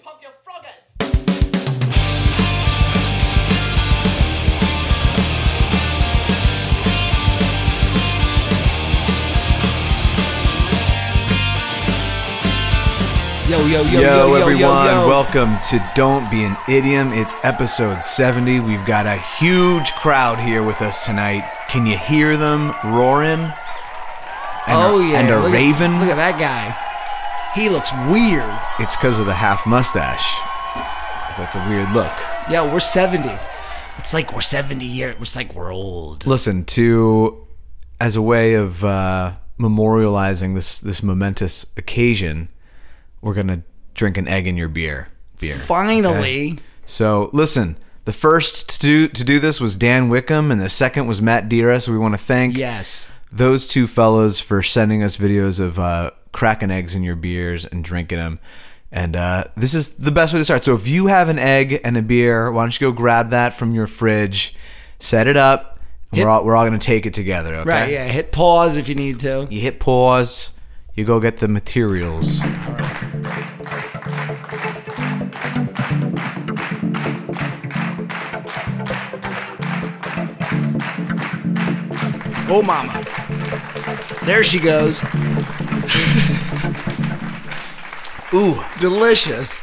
pump your froggers. Yo, yo, yo, yo, Yo, everyone, yo, yo. welcome to Don't Be an Idiom. It's episode 70. We've got a huge crowd here with us tonight. Can you hear them roaring? And oh a, yeah, And a look at- raven? look at that guy. He looks weird. It's because of the half mustache. That's a weird look. Yo, we're seventy. It's like we're seventy years. It's like we're old. Listen, to as a way of uh, memorializing this this momentous occasion, we're gonna drink an egg in your beer. Beer. Finally, So listen, the first to do, to do this was Dan Wickham, and the second was Matt Dira. So we want to thank yes. those two fellas for sending us videos of uh, cracking eggs in your beers and drinking them. And uh, this is the best way to start. So if you have an egg and a beer, why don't you go grab that from your fridge, set it up. And we're all we're all gonna take it together. Okay. Right. Yeah. Hit pause if you need to. You hit pause. You go get the materials. Oh, mama. There she goes. Ooh, delicious.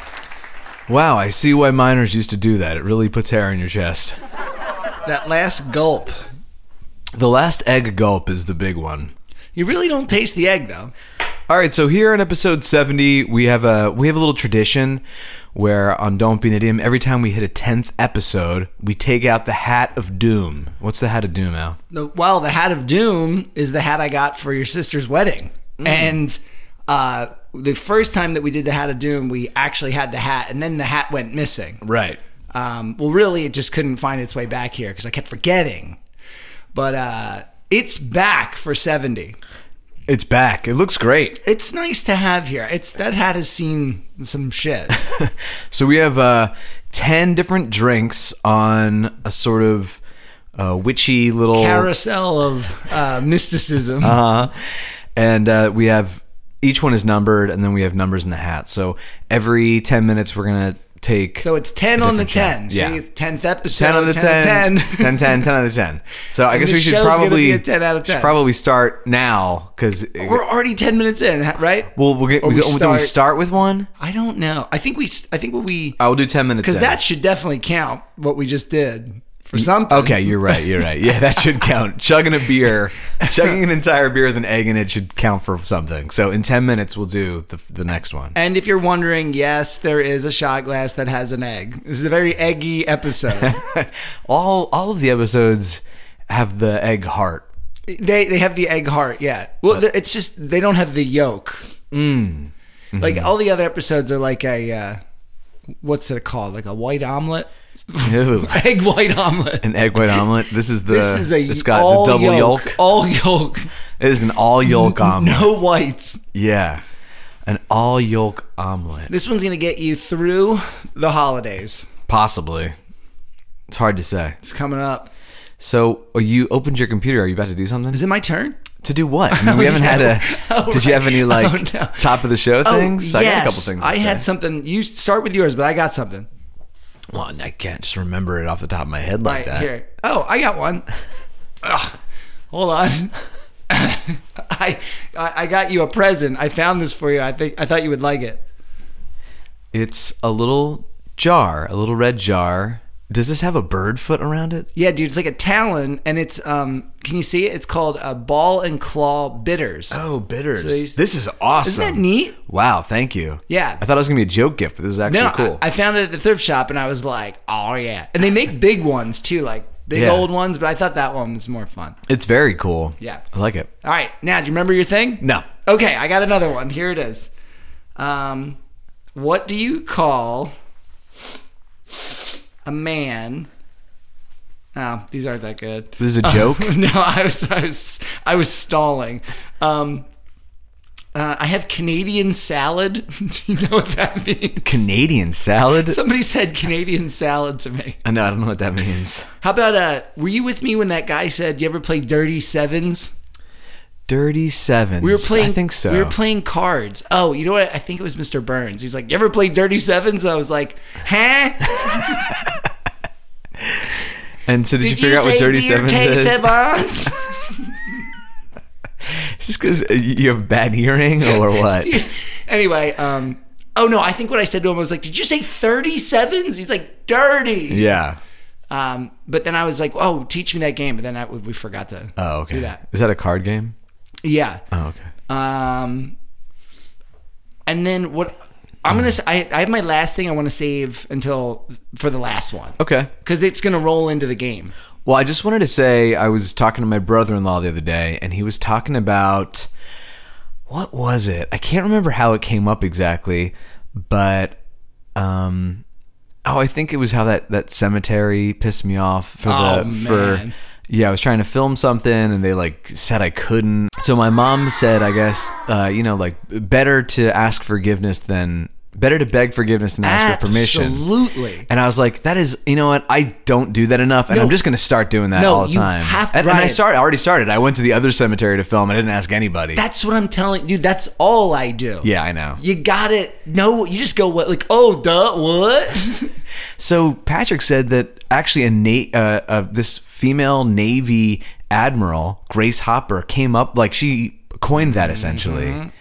Wow, I see why miners used to do that. It really puts hair on your chest. That last gulp. The last egg gulp is the big one. You really don't taste the egg though. All right, so here in episode 70, we have a we have a little tradition where on Don't Be an Idiom, every time we hit a 10th episode, we take out the hat of doom. What's the hat of doom, Al? The, well, the hat of doom is the hat I got for your sister's wedding. Mm-hmm. And uh, the first time that we did the hat of doom, we actually had the hat, and then the hat went missing. Right. Um, well, really, it just couldn't find its way back here because I kept forgetting. But uh, it's back for 70. It's back. It looks great. It's nice to have here. It's That hat has seen some shit. So we have uh 10 different drinks on a sort of uh, witchy little Carousel of uh, mysticism. Uh-huh. And uh, we have each one is numbered, and then we have numbers in the hat. So every ten minutes, we're gonna take so it's 10 on the 10. different See, chat. it's 10th episode. ten on the 10, 10, 10, 10, on the ten. So I guess the we should show's gonna probably be a 10 out of 10. should probably start now because We're already 10 minutes in, ha- right? we'll, we'll get. Or We, we don't- do start- we start with one? I don't know. I think we, s- I think what we, I will do ten minutes because in. that should definitely count what we just did for something. Okay, you're right. You're right. Yeah, that should count. Chugging a beer, chugging an entire beer with an egg in it should count for something. So in ten minutes, we'll do the, the next one. And if you're wondering, yes, there is a shot glass that has an egg. This is a very eggy episode. all all of the episodes have the egg heart. they they have the egg heart, yeah. Well, th it's just they don't have the yolk. Mm. Like Mm-hmm. all the other episodes are like a uh, what's it called? Like a white omelet, Ew. egg white omelet. An egg white omelet. This is the. this is a It's got all the double yolk. Oh all yolk, It is an all yolk omelet. no whites. Yeah, an all yolk omelet. This one's gonna get you through the holidays. Possibly. It's hard to say. It's coming up. So are you opened your computer. Are you about to do something? Is it my turn? To do what? I mean, we haven't had a. Oh, did you have right. any like Oh, no. top of the show things? Oh, I yes. got a couple things. to I had say. something. You start with yours, but I got something. Well, I can't just remember it off the top of my head All like right, that. here. Oh, I got one. Ugh. Hold on. I, I I got you a present. I found this for you. I think I thought you would like it. It's a little jar, a little red jar. Does this have a bird foot around it? Yeah, dude, it's like a talon, and it's um. Can you see it? It's called a ball and claw bitters. Oh, bitters. So these- this is awesome. Isn't that neat? Wow, thank you. Yeah. I thought it was going to be a joke gift, but this is actually No, cool. I, I found it at the thrift shop, and I was like, oh yeah. And they make big ones too, like big Yeah. old ones. But I thought that one was more fun. it's very cool. Yeah. I like it. All right, now do you remember your thing? No. Okay, I got another one. Here it is. Um, what do you call a man? Oh, these aren't that good. This is a joke? no, I was, I was, I was stalling. Um, uh, I have Canadian salad. do you know what that means? Canadian salad? Somebody said Canadian salad to me. I know, I don't know what that means. How about uh? Were you with me when that guy said, "You ever play dirty sevens? Dirty Sevens. We were playing. I think so. We were playing cards. Oh, you know what? I think it was Mr. Burns. He's like, "You ever played Dirty Sevens? I was like, "Huh? and so did, you Did figure out say what Dirty beer Sevens taste is? Sevens? Is this because uh, you have bad hearing or what? anyway, um, oh no, I think what I said to him I was like, "Did you say 37s? He's like, "Dirty." yeah. Um, but then I was like, "Oh, teach me that game." But then I, we forgot to Oh, okay. do Is that. that a card game? Yeah. Oh, okay. Um, and then what? I'm gonna. s- I, I have my last thing I want to save until for the last one Okay. because it's gonna roll into the game. Well, I just wanted to say I was talking to my brother-in-law the other day, and he was talking about what was it? I can't remember how it came up exactly, but um, oh, I think it was how that that cemetery pissed me off for Oh, the for man. yeah, I was trying to film something, and they like said I couldn't. So my mom said, I guess uh, you know, like better to ask forgiveness than better to beg forgiveness than ask for permission. Absolutely. And I was like, that is, you know what? I don't do that enough, and No. I'm just going to start doing that No, all the you time. have to- and, and I right. started. I already started. I went to the other cemetery to film. I didn't ask anybody. That's what I'm telling you. That's all I do. yeah, I know. You gotta know. You just go what like oh duh what? So Patrick said that actually a na- uh, uh, this female Navy admiral, Grace Hopper, came up like she coined that Mm-hmm, essentially,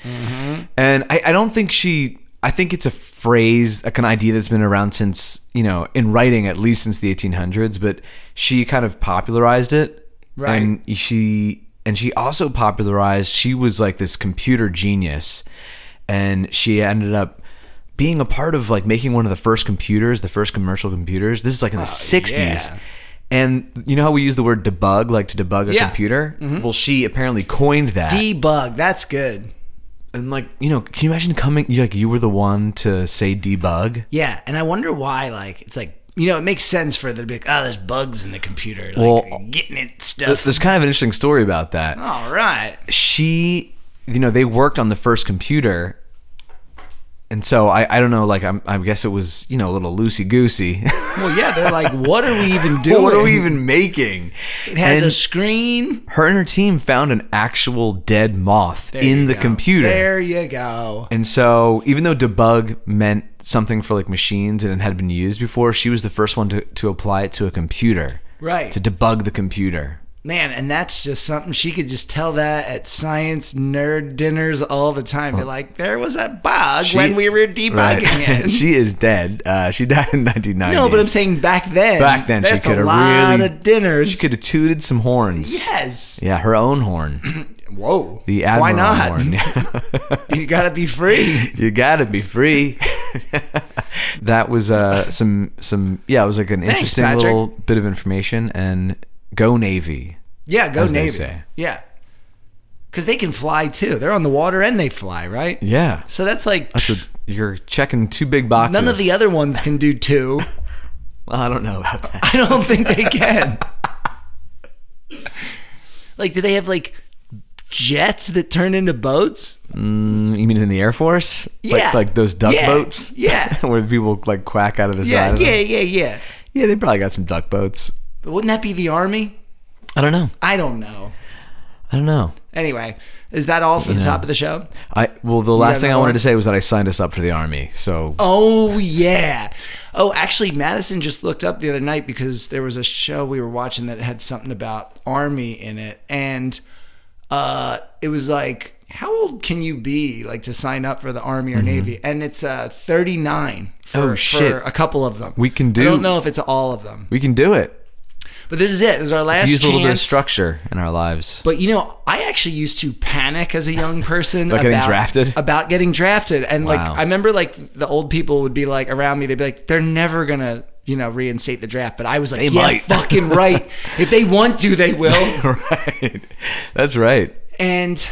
and I, I don't think she. I think it's a phrase, like an idea that's been around since you know, in writing at least since the 1800s. But she kind of popularized it, Right. And she and she also popularized. She was like this computer genius, and she ended up being a part of like making one of the first computers, the first commercial computers. This is like in the 60s. Oh, yeah. And you know how we use the word debug, like to debug a Yeah. Mm-hmm. computer? Well, she apparently coined that. Debug. That's good. and like, you know, can you imagine coming you like you were the one to say debug? Yeah, and I wonder why. Like it's like you know it makes sense for there to be like oh there's bugs in the computer like Well, getting it Th- stuff. There's kind of an interesting story about that. All right. she you know they worked on the first computer and so I, I don't know like I'm, I guess it was you know a little loosey goosey Well, yeah, they're like, what are we even doing? what are we even making It has and a screen. her and her team found an actual dead moth in you the go. computer There you go. and so even though debug meant something for like machines and it had been used before she was the first one to, to apply it to a computer Right. to debug the computer Man, and that's just something she could just tell that at science nerd dinners all the time. Be like, there was that bug Oh. She- when we were debugging Right. it. she is dead uh, she died in 1990 no, but I'm saying back then. Back then, she there's a coulda lot really- of dinners. She could have tooted some horns. Yes. Yeah, her own horn. Whoa. The admiral Why not? horn. you gotta be free. you gotta be free. that was uh, some some yeah, it was like an interesting Patrick. little bit of information. And go Navy. Yeah, go As they navy. say. Yeah, because they can fly too. They're on the water and they fly, right? Yeah, So that's like so you're checking two big boxes. none of the other ones can do two. Well, I don't know about that. I don't think they can. like, do they have like jets that turn into boats? Mm, you mean in the Air Force? Yeah. like, like those duck Yeah. boats. Yeah. where people like quack out of the Yeah, side. of yeah, them. yeah, yeah. yeah. They probably got some duck boats. But wouldn't that be the army? I don't know. I don't know. I don't know. Anyway, is that all for the top of the show? I well, the last thing I another wanted one? to say was that I signed us up for the army. So Oh yeah. Oh, actually, Madison just looked up the other night because there was a show we were watching that had something about army in it, and uh, it was like, how old can you be like to sign up for the army or navy? And it's uh, thirty nine. Mm-hmm. Oh, shit. For a couple of them, We can do- I don't know if it's all of them, we can do it. but this is it. It was our last Use a little bit of chance. structure in our lives. But you know, I actually used to panic as a young person About getting drafted? About getting drafted, and like Wow. I remember, like the old people would be like around me. They'd be like, "They're never gonna, you know, reinstate the draft." But I was like, They "Yeah, might." fucking right. If they want to, they will." right, that's right. and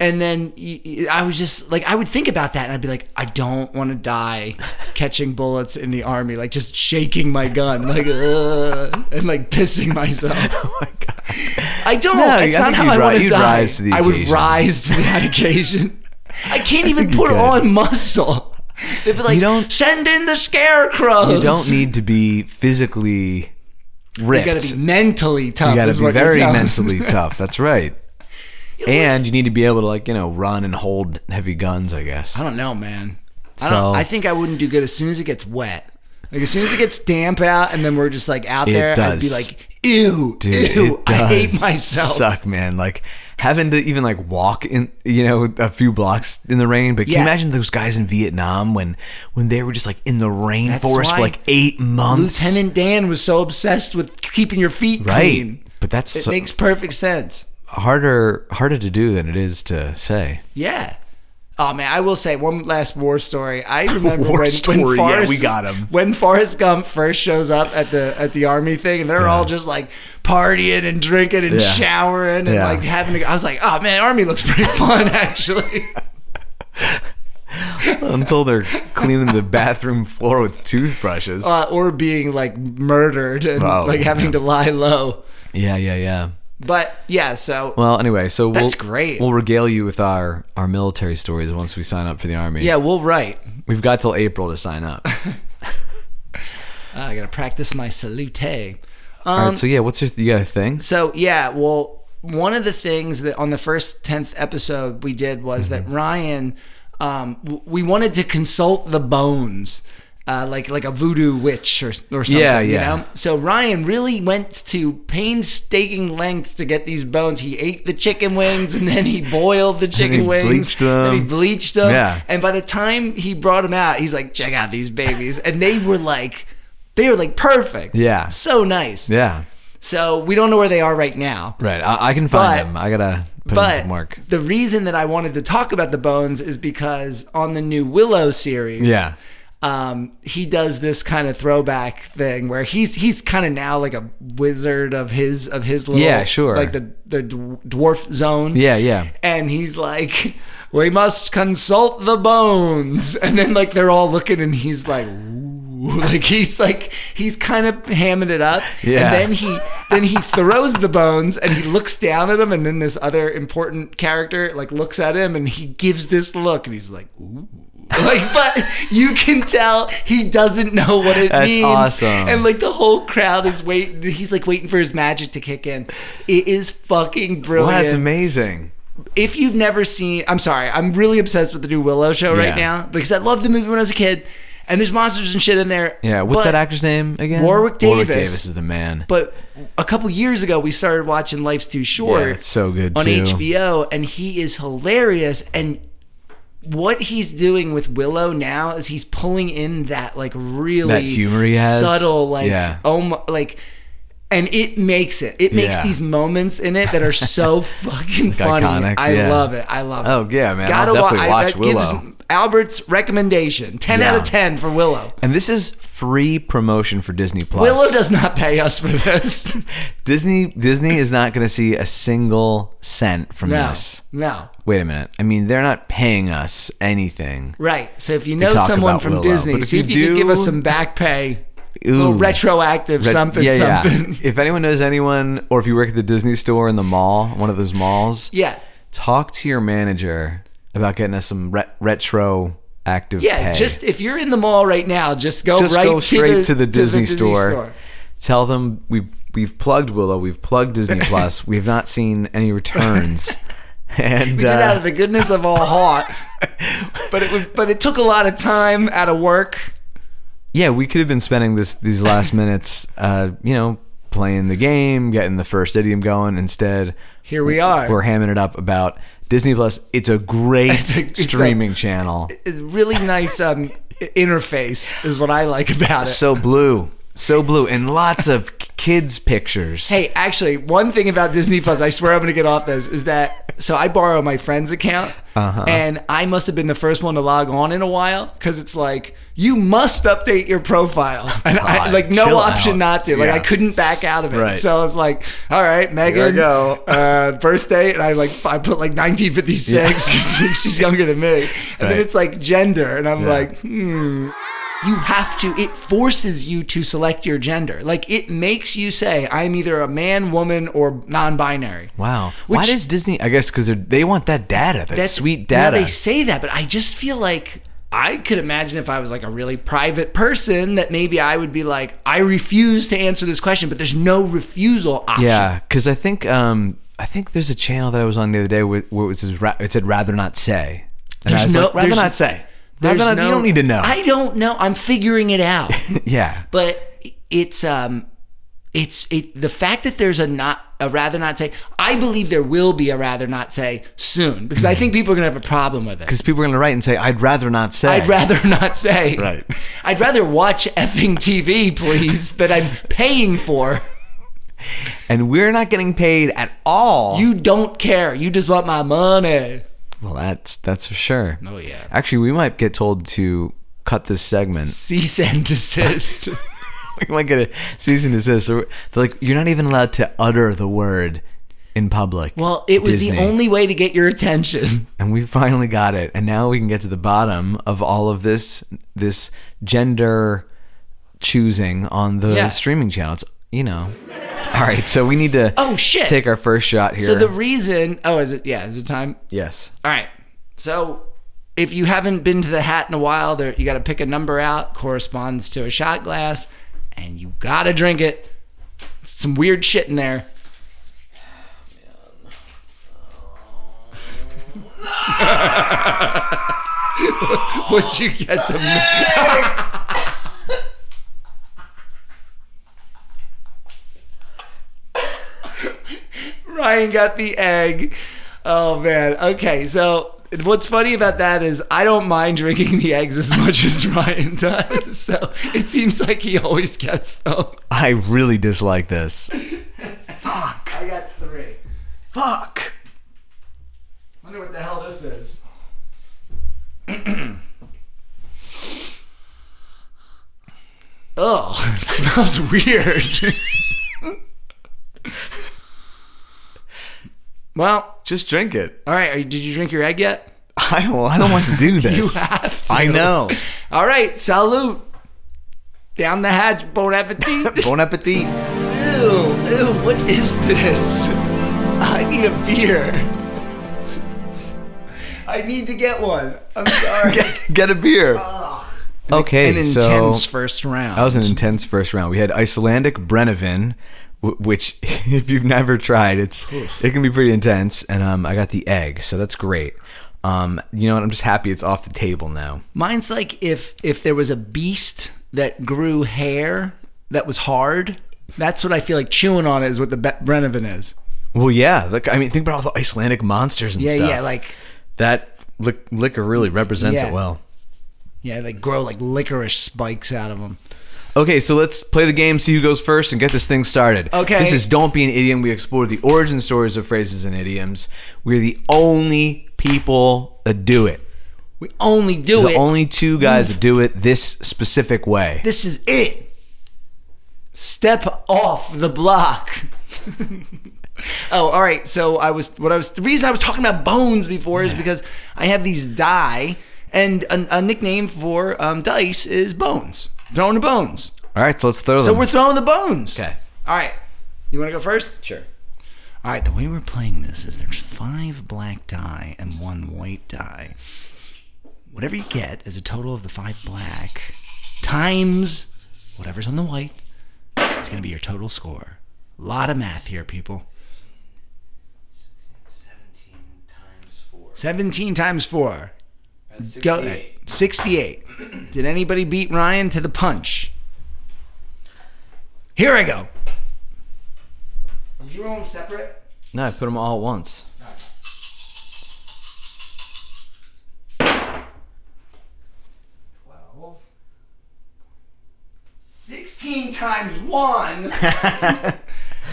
and then y- y- I was just like, I would think about that, and I'd be like, I don't want to die catching bullets in the army, like just shaking my gun, like "Ugh," and like pissing myself. Oh my god. I don't. No, it's I not think how you'd I ri- want to you'd die. rise to the I would occasion. rise to that occasion. I can't even you put could. on muscle. They'd be like, don't- send in the scarecrows. You don't need to be physically You ripped. gotta be mentally tough. You gotta is be what you're very telling me. mentally tough. That's right. and you need to be able to like you know run and hold heavy guns. I guess. I don't know, man. I, don't, So- I think I wouldn't do good as soon as it gets wet. Like as soon as it gets damp out, and then we're just like out It there, I'd be does. like, ew, Dude, ew, it I hate does myself. Suck, man. Like having to even like walk in, you know, a few blocks in the rain. But can Yeah. you imagine those guys in Vietnam when when they were just like in the rainforest why for like eight months, Lieutenant Dan was so obsessed with keeping your feet right? clean. But that's It so- makes perfect sense. harder harder to do than it is to say. Yeah. Oh man, I will say one last war story. I remember War when, when story, yeah, Forrest, we got 'em. When Forrest Gump first shows up at the at the army thing, and they're all just like partying and drinking and Yeah. showering and Yeah. like having. A, I was like, oh man, army looks pretty fun actually. Until they're cleaning the bathroom floor with toothbrushes. uh, or being like murdered and Oh, like having yeah. to lie low. yeah, yeah, yeah. But yeah, so Well, anyway, so we'll, That's great. We'll regale you with our our military stories once we sign up for the army. yeah, we'll write. we've got till April to sign up. Ah, I gotta practice my salute. All Um, right, so yeah, what's your th- you got a thing? So yeah, well, one of the things that on the first tenth episode we did was Mm-hmm. that Ryan, um, w- we wanted to consult the bones. Uh, like like a voodoo witch or, or something, Yeah, yeah. you know. So Ryan really went to painstaking lengths to get these bones. He ate the chicken wings and then he boiled the chicken he wings bleached and he them. bleached them. Yeah. And by the time he brought them out, he's like, "Check out these babies," and they were like, they were like perfect. Yeah. so nice. Yeah. So we don't know where they are right now. Right. I, I can find But- them. I gotta put in But some work. the reason that I wanted to talk about the bones is because on the new Willow series, Yeah. um, he does this kind of throwback thing where he's he's kind of now like a wizard of his of his little Yeah, sure. like the the d- dwarf zone Yeah, yeah. and he's like we must consult the bones and then like they're all looking and he's like Ooh. like he's like he's kind of hamming it up Yeah. and then he then he throws the bones and he looks down at him and then this other important character like looks at him and he gives this look and he's like ooh like but you can tell he doesn't know what it That's means awesome. and like the whole crowd is waiting he's like waiting for his magic to kick in it is fucking Well, brilliant that's amazing. if you've never seen, I'm sorry, I'm really obsessed with the new Willow show right Yeah. now because I loved the movie when I was a kid, and there's monsters and shit in there. Yeah. What's But- that actor's name again? Warwick Warwick Davis. Davis is the man. But a couple years ago, we started watching Life's Too Short. Yeah, it's so good, on too. HBO, and he is hilarious. And what he's doing with Willow now is he's pulling in that like really That humor he has. subtle, like Yeah. oh like. And it makes it. It makes Yeah. these moments in it that are so fucking funny. iconic, I yeah. love it. I love it. Oh, yeah, man. I'll wa- definitely watch that gives Willow. Albert's recommendation: ten out of Yeah. ten for Willow. and this is free promotion for Disney Plus. Willow does not pay us for this. Disney Disney is not going to see a single cent from no, this. no. Wait a minute. I mean, they're not paying us anything. Right. So if you know talk someone about from Willow. Disney, But if see you if you can do- give us some back pay, a little Ooh. retroactive But- something, yeah, something. Yeah. If anyone knows anyone, or if you work at the Disney store in the mall, one of those malls, Yeah. talk to your manager about getting us some re- retro active Yeah. pay. Just if you're in the mall right now, just go Just right go straight to the, Disney, store. store. Tell them we've we've plugged Willow, we've plugged Disney Plus, we have not seen any returns, and We did uh, out of the goodness of all heart, but it was, but it took a lot of time out of work. yeah, we could have been spending this these last minutes, uh, you know, playing the game, getting the first idiom going. Instead, Here we are. We're hamming it up about Disney Plus. It's a great a- it's a- streaming channel. It's really nice um, i- interface is what I like about it. so blue, so blue, and lots of kids pictures. Hey, actually, one thing about Disney Plus, I swear I'm going to get off this, is that so I borrow my friend's account, Uh-huh. and I must have been the first one to log on in a while because it's like you must update your profile, and I, Oh God, like no chill option out. not to. Like Yeah. I couldn't back out of it, Right. so I was like, all right, Megan, go. Uh, birthday, and I like I put like 1956 'cause she's younger than me, and then Right. it's like gender, and I'm Yeah. like, hmm you have to it forces you to select your gender like it makes you say i'm either a man woman or non-binary Wow. Why Which- does Disney? I guess because they want that data, that sweet now data. they say that but i just feel like I could imagine if I was like a really private person that maybe I would be like, I refuse to answer this question, but there's no refusal option. Yeah, because I think um, I think there's a channel that I was on the other day where, where it, was this ra- it said "rather not say." And I There's was no- like, rather there's- not say. There's Rather not, no- you don't need to know. I don't know. I'm figuring it out. yeah, but it's um it's it the fact that there's a not a rather not say I believe there will be a rather not say soon because Mm-hmm. I think people are gonna have a problem with it. because people are gonna write and say, "I'd rather not say." I'd rather not say. Right. I'd rather watch effing TV, please, that I'm paying for. and we're not getting paid at all. You don't care. You just want my money. well, that's that's for sure. Oh yeah. Actually, we might get told to cut this segment. Cease and desist. we might get a cease and desist. Or- They're like, "You're not even allowed to utter the word in public." well, it was Disney." the only way to get your attention. and we finally got it and now we can get to the bottom of all of this this gender choosing on the Yeah. streaming channels you know all right so we need to Oh, shit. take our first shot here So the reason oh is it yeah, is it time? yes All right. So if you haven't been to the hat in a while, there you got to pick a number out corresponds to a shot glass, and you got to drink it. Some weird shit in there. What'd you get? The, Ryan got the egg. Oh man. Okay. So what's funny about that is I don't mind drinking the eggs as much as Ryan does. So it seems like he always gets them. i really dislike this I got three. fuck Wonder what the hell this is. oh, it smells weird. well, just drink it all right. Are you, did you drink your egg yet? i don't i don't want to do this You have to. i know All right, salute. Down the hatch, bon appetit. bon appetit ew, ew, what is this? I need a beer. I need to get one. I'm sorry. get a beer okay an so- intense first round. That was an intense first round. We had Icelandic Brennivin, wh- which if you've never tried, it's it can be pretty intense. And um, I got the egg, so that's great. Um, you know what? I'm just happy it's off the table now. Mine's like if if there was a beast that grew hair that was hard. That's what I feel like chewing on it is what the Be- Brenovan is. Well, yeah. Look, I mean, think about all the Icelandic monsters and Yeah, stuff. yeah, like that li- liquor really represents Yeah. it well. yeah, like grow like licorice spikes out of them. Okay, so let's play the game, see who goes first, and get this thing started. Okay. This is Don't Be an Idiom. We explore the origin stories of phrases and idioms. We're the only people that do it. We only do the it. only two guys that do it this specific way. this is it. Step off the block. oh, all right. So I was what I was the reason I was talking about bones before is because I have these die, and a, a nickname for um, dice is bones. Throwing the bones. All right, so let's throw them. So we're throwing the bones. okay. All right. You want to go first? Sure. All right. The way we're playing this is there's five black die and one white die. Whatever you get is a total of the five black times whatever's on the white. It's going to be your total score. A lot of math here, people. 17 times 4. Go 68. Did anybody beat Ryan to the punch? Here I go. Did you roll them separate? No, I put them all at once. Twelve. Sixteen times one.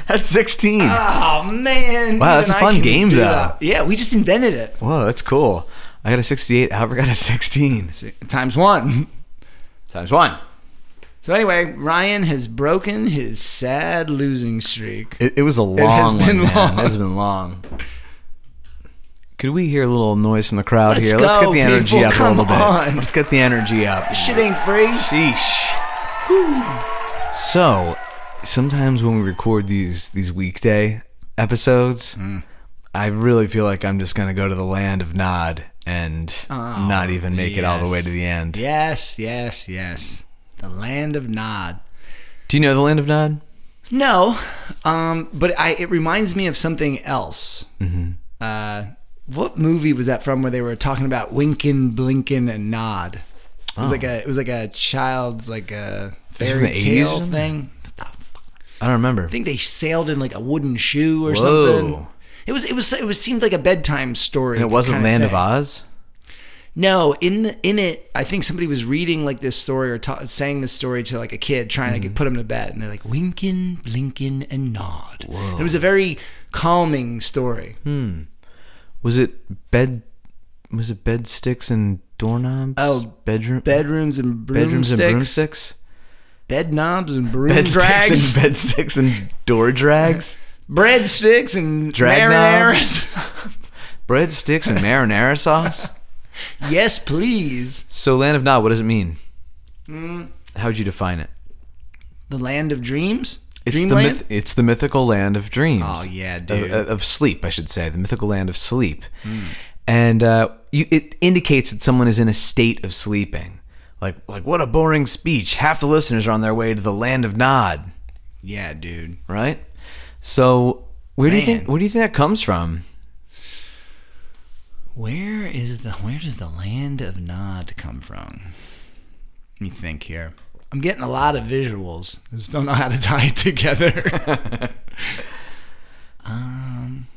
That's 16. oh man! Wow, that's even a I fun can game, do though. that. Yeah, we just invented it. Whoa, that's cool. I got a 68. Albert got a 16. Times one. Times one. So anyway, Ryan has broken his sad losing streak. It, it was a long has one, been man. long. It has been long. Could we hear a little noise from the crowd Let's here? Let's go, get the energy people. up Come a little on. bit. Let's get the energy up. Shit ain't free. Sheesh. So, sometimes when we record these these Mm. weekday episodes, I really feel like I'm just gonna go to the land of Nod and Oh, not even make it all the way yes. to the end. Yes, yes, yes. The land of Nod. Do you know the Land of Nod? No, um, but I, it reminds me of something else. Mm-hmm. Uh, what movie was that from? Where they were talking about winking, blinking, and nod. It was like a it was like a child's like a it Oh. from fairy the 80s or tale something? thing. What the fuck? I don't remember. I think they sailed in like a wooden shoe or Whoa. something. It was it was it was seemed like a bedtime story. And it wasn't kinda Land of thing. Oz. No, in the, in it, I think somebody was reading like this story or ta- saying this story to like a kid trying Mm-hmm. to put him to bed, and they're like winking, blinking, and nod. It was a very calming story. Hmm. Was it bed? Was it bed sticks and doorknobs? Oh, bedroom Bedrooms and bedrooms broomsticks, and broomsticks. bed knobs and broom Bed drags, sticks and bed sticks and door drags. breadsticks and Drag marinaras. Breadsticks and marinara sauce. yes, please. So Land of Nod, what does it mean? Mm. How would you define it? The land of dreams. It's Dreamland. the myth, it's the mythical land of dreams. Oh, yeah, Of- dude. Mm. Of, of sleep, I should say, the mythical land of sleep, and uh, you, it indicates that someone is in a state of sleeping. Like, like what a boring speech! Half the listeners are on their way to the land of Nod, yeah, dude. right? So, where do you think Man. where do you think that comes from? Where is the where does the land of Nod come from? Let me think here. I'm getting a lot of visuals. I just don't know how to tie it together. um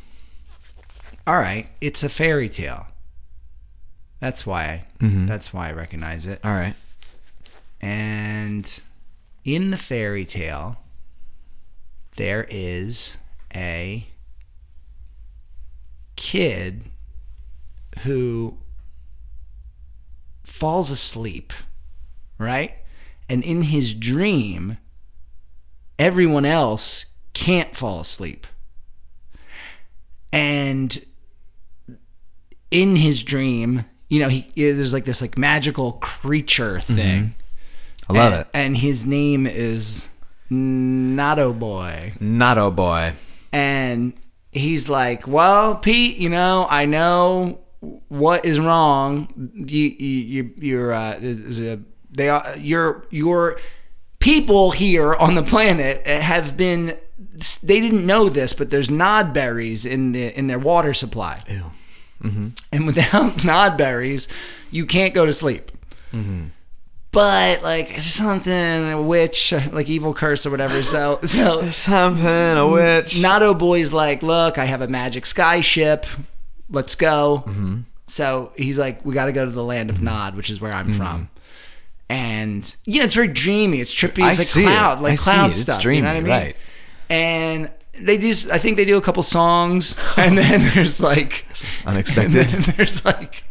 All right, it's a fairy tale. That's why that's why I recognize it. All right, And in the fairy tale, there is a kid who falls asleep, right? And in his dream, everyone else can't fall asleep. And in his dream, you know, he there's like this like magical creature thing I love and, it. And his name is Nato Boy. Not oh boy. And he's like, Well, Pete, you know, I know what is wrong. You, you, you you're, uh, is a, they are, your, your people here on the planet have been, they didn't know this, but there's nod berries in the, in their water supply. And without nod berries, you can't go to sleep but like it's just something a witch like evil curse or whatever so so Something a witch. nato boy's like look i have a magic sky ship let's go Mm-hmm. so he's like we got to go to the land of nod which is where Mm-hmm. i'm from and you know it's very dreamy it's trippy I it's like see it. cloud I like see cloud it. It's stuff you dreamy, know what i mean right. and they do i think they do a couple songs and then there's like Unexpected. and then there's like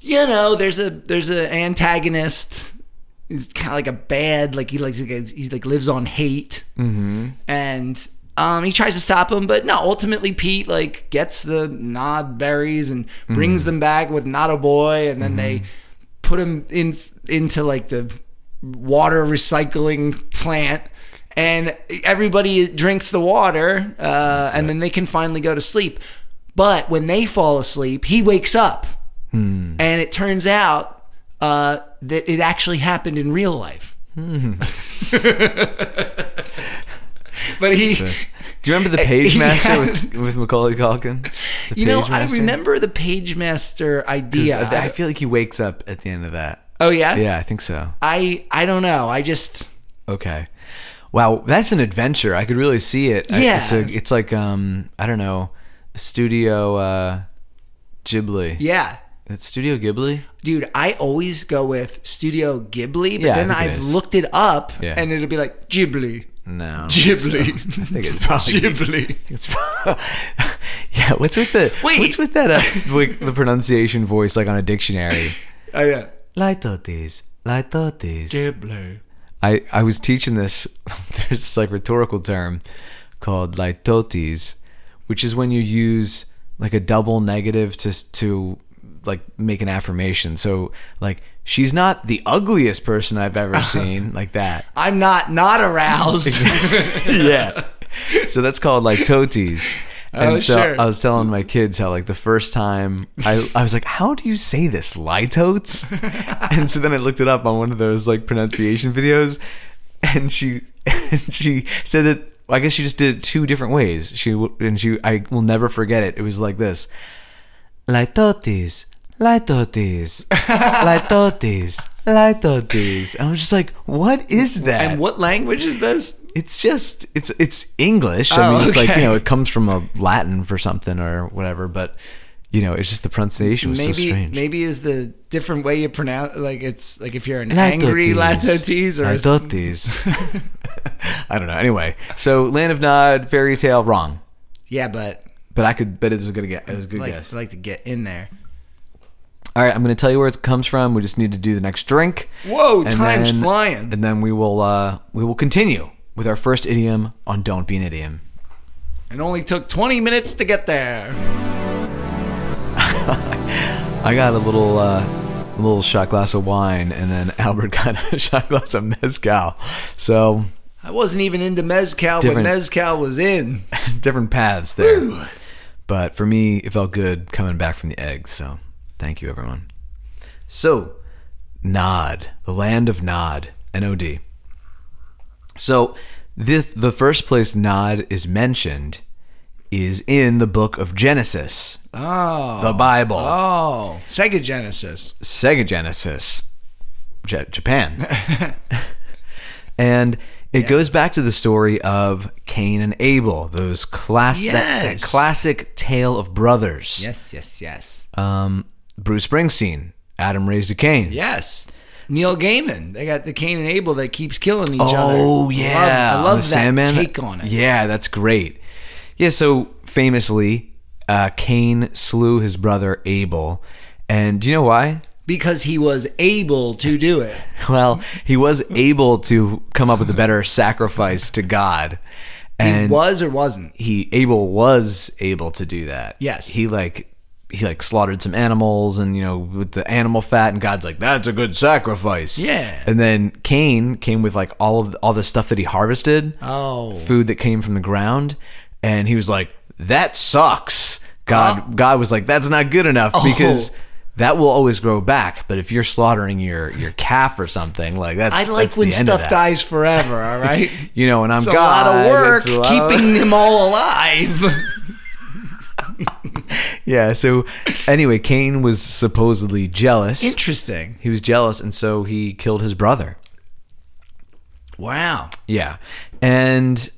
you know, there's a there's an antagonist. He's kind of like a bad, like he likes he like lives on hate, mm-hmm. and um, he tries to stop him, but no. Ultimately, Pete like gets the nod berries and brings them back with not a boy, and then they put him in into like the water recycling plant. And everybody drinks the water, uh, and then they can finally go to sleep. But when they fall asleep, he wakes up and it turns out uh, that it actually happened in real life. Hmm. but he, Do you remember the Page Master with, with Macaulay Culkin? The you know, Page I Master? remember the page master idea. I feel like he wakes up at the end of that. oh yeah? Yeah, uh, I think so. I I don't know. I just Okay. Wow, that's an adventure. I could really see it. I- Yeah. it's a, it's like um, I don't know, Studio uh, Ghibli. yeah. It's Studio Ghibli. Dude, I always go with Studio Ghibli, but Yeah, I then think it I've is. looked it up Yeah. and it'll be like Ghibli. No, Ghibli. I think it's probably Ghibli. It's yeah. What's with the Wait. What's with that? Uh, like the pronunciation voice, like on a dictionary. Oh yeah. Laitotes, laitotes. Ghibli. I, I was teaching this. There's this like rhetorical term called laitotes, which is when you use like a double negative to s- to like make an affirmation. So like she's not the ugliest person I've ever seen, like that. I'm not not aroused. yeah. So that's called like totes. And Oh, so sure. I was telling my kids how like the first time I, I was like, how do you say this, litotes? and so then I looked it up on one of those like pronunciation videos, and she and she said that I guess she just did it two different ways. She w- and she I will never forget it. It was like this, litotes, litotes, litotes, litotes. And I was just like, what is that? And what language is this? It's just it's it's English. I Oh, mean, it's like you okay. know, it comes from a Latin for something or whatever. But you know, it's just the pronunciation was so Maybe strange. maybe is the different way you pronounce like it's like if you're an angry Latotes or Latotes. I don't know. Anyway, so Land of Nod, Fairy Tale, wrong. yeah, but But I could bet it was a good guess. It was a good like guess. like to get in there. All right, I'm going to tell you where it comes from. We just need to do the next drink. Whoa, And time's then- flying. And then we will uh we will continue with our first idiom on Don't Be an Idiom. It only took 20 minutes to get there. I got a little uh, little shot glass of wine, and then Albert got a shot glass of mezcal. So I wasn't even into mezcal when Different- mezcal was in. different paths there. But for me, it felt good coming back from the egg. So thank you, everyone. So Nod, the land of Nod, N O D. So this the first place Nod is mentioned is in the book of Genesis, Oh. the Bible. Oh, Sega Genesis. Sega Genesis, Ja- Japan. and it goes back to the story of Cain and Abel, those class that, that Yes. classic tale of brothers. Yes, yes, yes. Um, Bruce Springsteen, Adam raised a Cain. Yes. Neil Gaiman. They got the Cain and Abel that keeps killing each other. Oh Love- yeah, I on love the that Sandman. take on it. Yeah, that's great. Yeah, so famously, uh, Cain slew his brother Abel, and do you know why? Because he was able to do it. Well, he was able to come up with a better sacrifice to God, and was or wasn't. he Abel was able to do that. Yes. he like he like slaughtered some animals, and you know with the animal fat, and God's like that's a good sacrifice. Yeah. and then Cain came with like all of all the stuff that he harvested, Oh. food that came from the ground, and he was like that sucks. God, God was like that's not good Oh. enough because. That will always grow back, but if you're slaughtering your, your calf or something like that's I that's like the when end of stuff that. dies forever, all right? You know, and I'm It's a God. lot of work it's a lot of- keeping them all alive. Yeah. So anyway, Cain was supposedly jealous. Interesting. he was jealous, and so he killed his brother. Wow. Yeah, and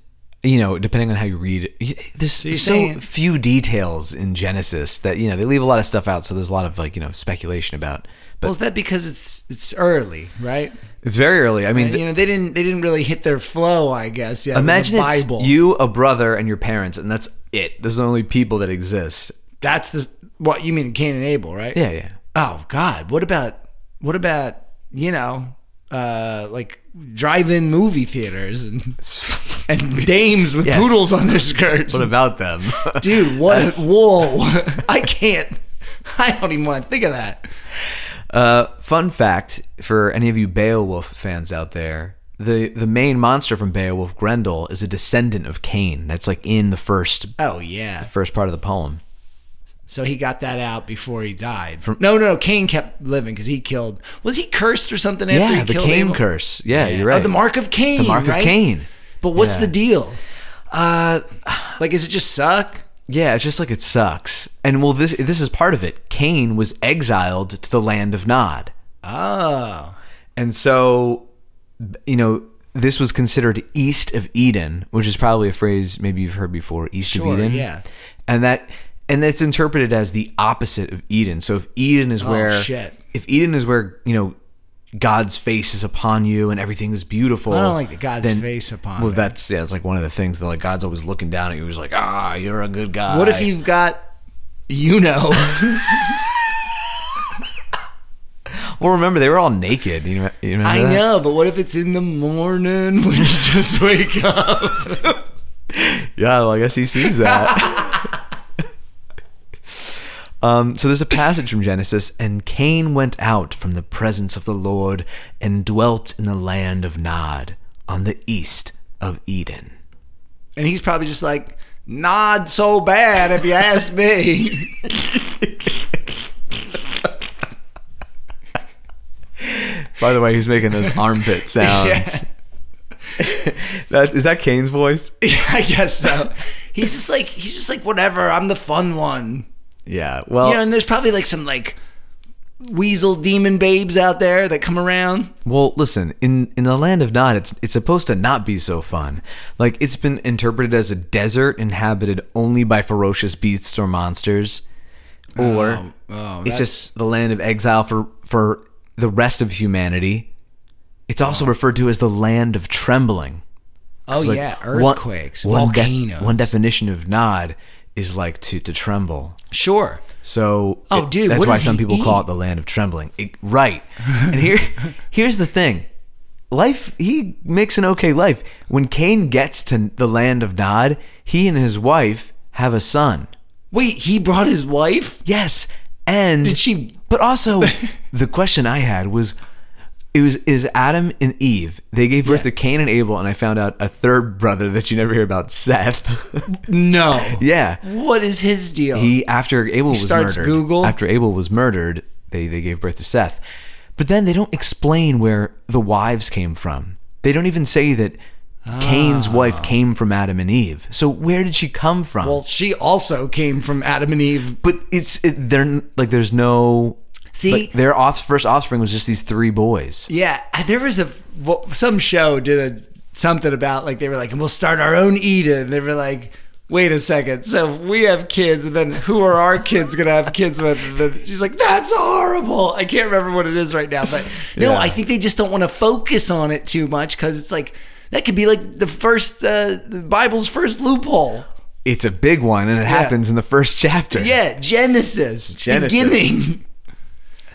you know, depending on how you read, it, y- there's so, you're saying- few details in Genesis that you know they leave a lot of stuff out. So there's a lot of like you know speculation about. But Well, is that because it's it's early, right? it's very early. I mean, You know, they didn't they didn't really hit their flow, I guess. Yeah, with imagine the it's Bible. you, a brother, and your parents, and that's it. Those are the only people that exist. That's the what you mean Cain and Abel, right? Yeah, yeah. Oh God, what about what about you know uh like drive-in movie theaters and and dames with Yes. poodles on their skirts? what about them, Dude, what? That's- A, whoa, I can't. I don't even want to think of that. Uh, fun fact for any of you Beowulf fans out there: the the main monster from Beowulf, Grendel, is a descendant of Cain. That's like in the first Oh yeah. first part of the poem. So he got that out before he died. no, no, Cain kept living because he killed. Was he cursed or something? After yeah, he the killed Cain Abel? curse. Yeah, you're right. Oh, the mark of Cain. The mark of right? Cain. But what's Yeah. the deal? Uh, Like, is it just suck? yeah, it's just like it sucks. And well, this this is part of it. Cain was exiled to the land of Nod. Oh, And so, you know, this was considered east of Eden, which is probably a phrase maybe you've heard before, east Sure, of Eden. yeah. And that and that's interpreted as the opposite of Eden. So if Eden is where Oh, shit. if Eden is where, you know, God's face is upon you and everything is beautiful. I don't like the God's then- face upon. Well, me. that's yeah, it's like one of the things that like God's always looking down at you. He's like, "Ah, you're a good guy." what if you've got, you know, Well, remember they were all naked, you know, you remember I that? know, but what if it's in the morning when you just wake up? Yeah, well, I guess he sees that. um, so there's a passage from Genesis, and Cain went out from the presence of the Lord and dwelt in the land of Nod on the east of Eden. and he's probably just like, Not so bad if you ask me. By the way, he's making those armpit sounds. that is that Kane's voice? Yeah, I guess so. He's just like he's just like whatever. I'm the fun one. Yeah. Well, You know, and there's probably like some like weasel demon babes out there that come around. Well, listen, in in the land of Nod, it's it's supposed to not be so fun. Like it's been interpreted as a desert inhabited only by ferocious beasts or monsters, or Oh, oh, it's just the land of exile for for the rest of humanity. It's also referred to as the land of trembling. Oh It's like yeah, one- earthquakes, one def- volcanoes. one definition of Nod is like to to tremble. sure. So Oh, it- dude, that's what why does some he people call eat? it the land of trembling. It- right. and here, here's the thing. Life, he makes an okay life. When Cain gets to the land of Nod, he and his wife have a son. Wait, he brought his wife. Yes, and Did she- But also, the question I had was, it was is Adam and Eve? They gave birth to Cain and Abel, and I found out a third brother that you never hear about, Seth. No. yeah, What is his deal? he after Abel was starts murdered. Google. After Abel was murdered, they they gave birth to Seth. But then they don't explain where the wives came from. They don't even say that Cain's Ah. wife came from Adam and Eve. So where did she come from? well, she also came from Adam and Eve. but it's it, they're n- like there's no See? like, their off first offspring was just these three boys. Yeah, there was a well, some show did a something about like they were like, and we'll start our own Eden. And they were like, wait a second, so if we have kids, and then who are our kids gonna have kids with? And then she's like, that's horrible. I can't remember what it is right now, but no, Yeah. I think they just don't want to focus on it too much because it's like that could be like the first uh, the Bible's first loophole. It's a big one, and it happens in the first chapter. Yeah, Genesis, Genesis. beginning.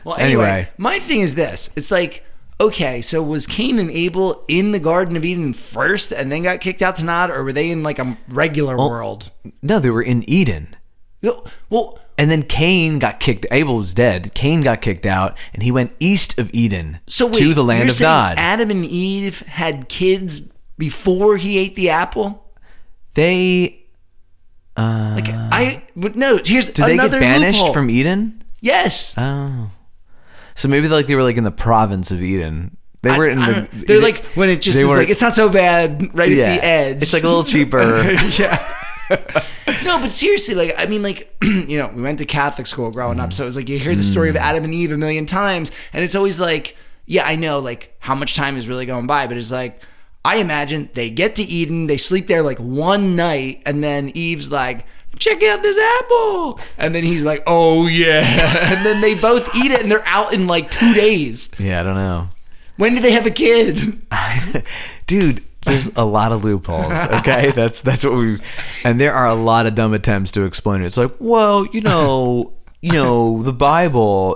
Well, anyway, Anyway. my thing is this: it's like, okay, so was Cain and Abel in the Garden of Eden first, and then got kicked out to Nod, or were they in like a regular world? No, they were in Eden. No, Well, And then Cain got kicked. Abel was dead. Cain got kicked out, and he went east of Eden so wait, to the land you're of saying Nod. Adam and Eve had kids before he ate the apple. they uh, Like I, but no. Here's did they get another banished loophole. from Eden? Yes, Oh, so maybe like they were like in the province of Eden. They were in I the. don't know. they're like when it just they is were- like it's not so bad right yeah, at the edge. It's like a little cheaper. yeah. no, but seriously, like I mean, like you know, we went to Catholic school growing Mm. up, so it's like you hear the story of Adam and Eve a million times, and it's always like, yeah, I know, like how much time is really going by, but it's like. I imagine they get to Eden, they sleep there like one night, and then Eve's like, check out this apple. And then he's like, oh yeah. and then they both eat it and they're out in like two days. yeah, I don't know. When did they have a kid? dude there's a lot of loopholes okay that's that's what we and there are a lot of dumb attempts to explain it it's like well you know you know the bible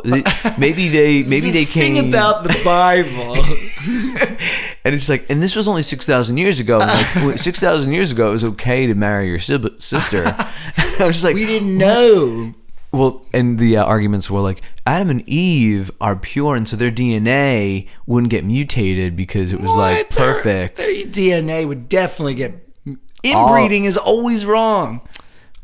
maybe they maybe they came Thing about the Bible. and it's like and this was only 6000 years ago And like, well, 6000 years ago it was okay to marry your sib- sister i'm just like we didn't know. well, and the uh, arguments were like Adam and Eve are pure, and so their DNA wouldn't get mutated because it was like What? Their- perfect. Their, DNA would definitely get inbreeding is always wrong.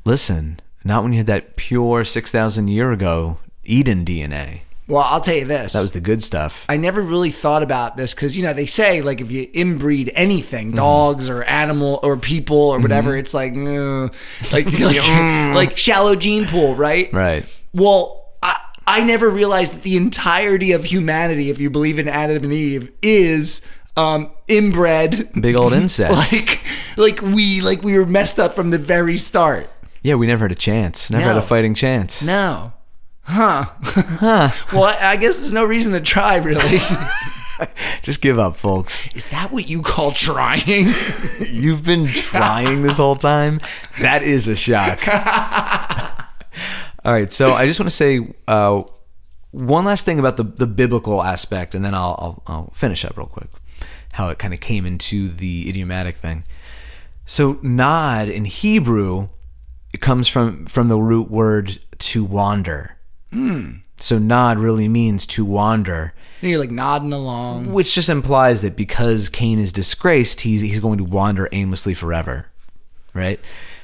Listen, not when you had that pure 6,000 year ago Eden DNA. Well, I'll tell you this. That was the good stuff. I never really thought about this because you know they say like if you inbreed anything, Mm-hmm. dogs or animal or people or whatever, it's like mm, like like, like shallow gene pool, right? Mm. Right. Well, I I never realized that the entirety of humanity, if you believe in Adam and Eve, is um, inbred. Big old incest. like like we like we were messed up from the very start. yeah, we never had a chance. Never had No. a fighting chance. No. Huh. Huh. well, I- I guess there's no reason to try, really. Just give up, folks. Is that what you call trying? You've been trying this whole time. That is a shock. All right. So I just want to say uh, one last thing about the, the biblical aspect, and then I'll, I'll, I'll finish up real quick how it kind of came into the idiomatic thing. So nod in Hebrew it comes from from the root word to wander. So nod really means to wander And you're like nodding along. which just implies that because Cain is disgraced, he's he's going to wander aimlessly forever, right?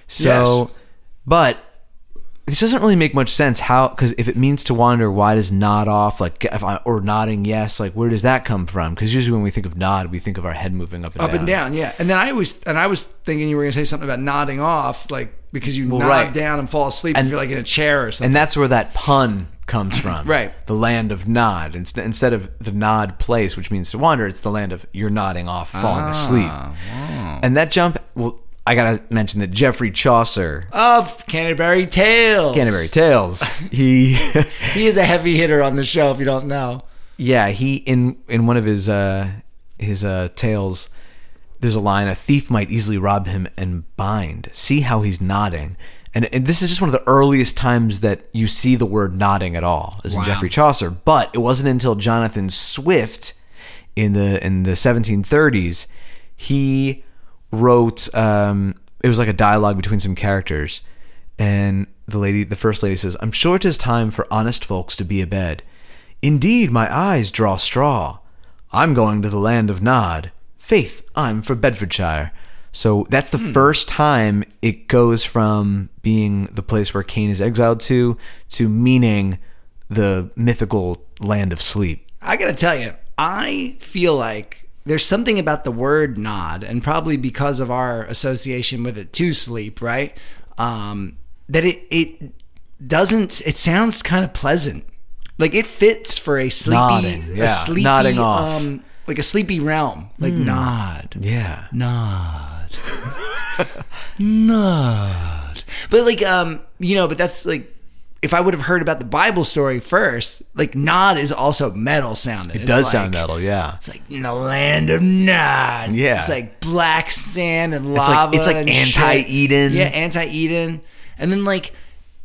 So, Yes. but this doesn't really make much sense. How? Because if it means to wander, why does nod off like if I, or nodding yes? Like where does that come from? Because usually when we think of nod, we think of our head moving up and Up down. and down, yeah. And then I always and I was thinking you were gonna say something about nodding off, like because you nod right. down and fall asleep if you're like in a chair or something. And that's where that pun comes from. Right. The land of nod. Inst- Instead of the nod place, which means to wander, it's the land of you're nodding off, falling Ah, asleep. And that jump, well, I got to mention that Jeffrey Chaucer, of Canterbury Tales. Canterbury Tales, he, He is a heavy hitter on the show. If you don't know, yeah, he, in, in one of his, uh, his uh, tales, there's a line, a thief might easily rob him and bind. See how he's nodding. And, and this is just one of the earliest times that you see the word nodding at all, is in Wow. Geoffrey Chaucer. But it wasn't until Jonathan Swift in the in the 1730s he wrote um, it was like a dialogue between some characters, and the lady, the first lady says, "I'm sure 'tis time for honest folks to be abed. Indeed, my eyes draw straw. I'm going to the land of Nod. Faith, I'm for Bedfordshire." So that's the first time it goes from being the place where Cain is exiled to to meaning the mythical land of sleep. I gotta tell you, I feel like there's something about the word nod, and probably because of our association with it to sleep, right? Um, that it it doesn't. It sounds kind of pleasant, like it fits for a sleepy, Nodding, yeah. a sleepy, Nodding off. Hmm. um, like a sleepy realm, like nod, Yeah. nod, nod. But like, um, you know, but that's like. If I would have heard about the Bible story first, like nod is also metal sounding. It does sound metal, yeah. It's like in the land of Nod. Yeah. It's like black sand and like- lava. it's like and shit. anti-Eden. Yeah, anti Eden. And then like,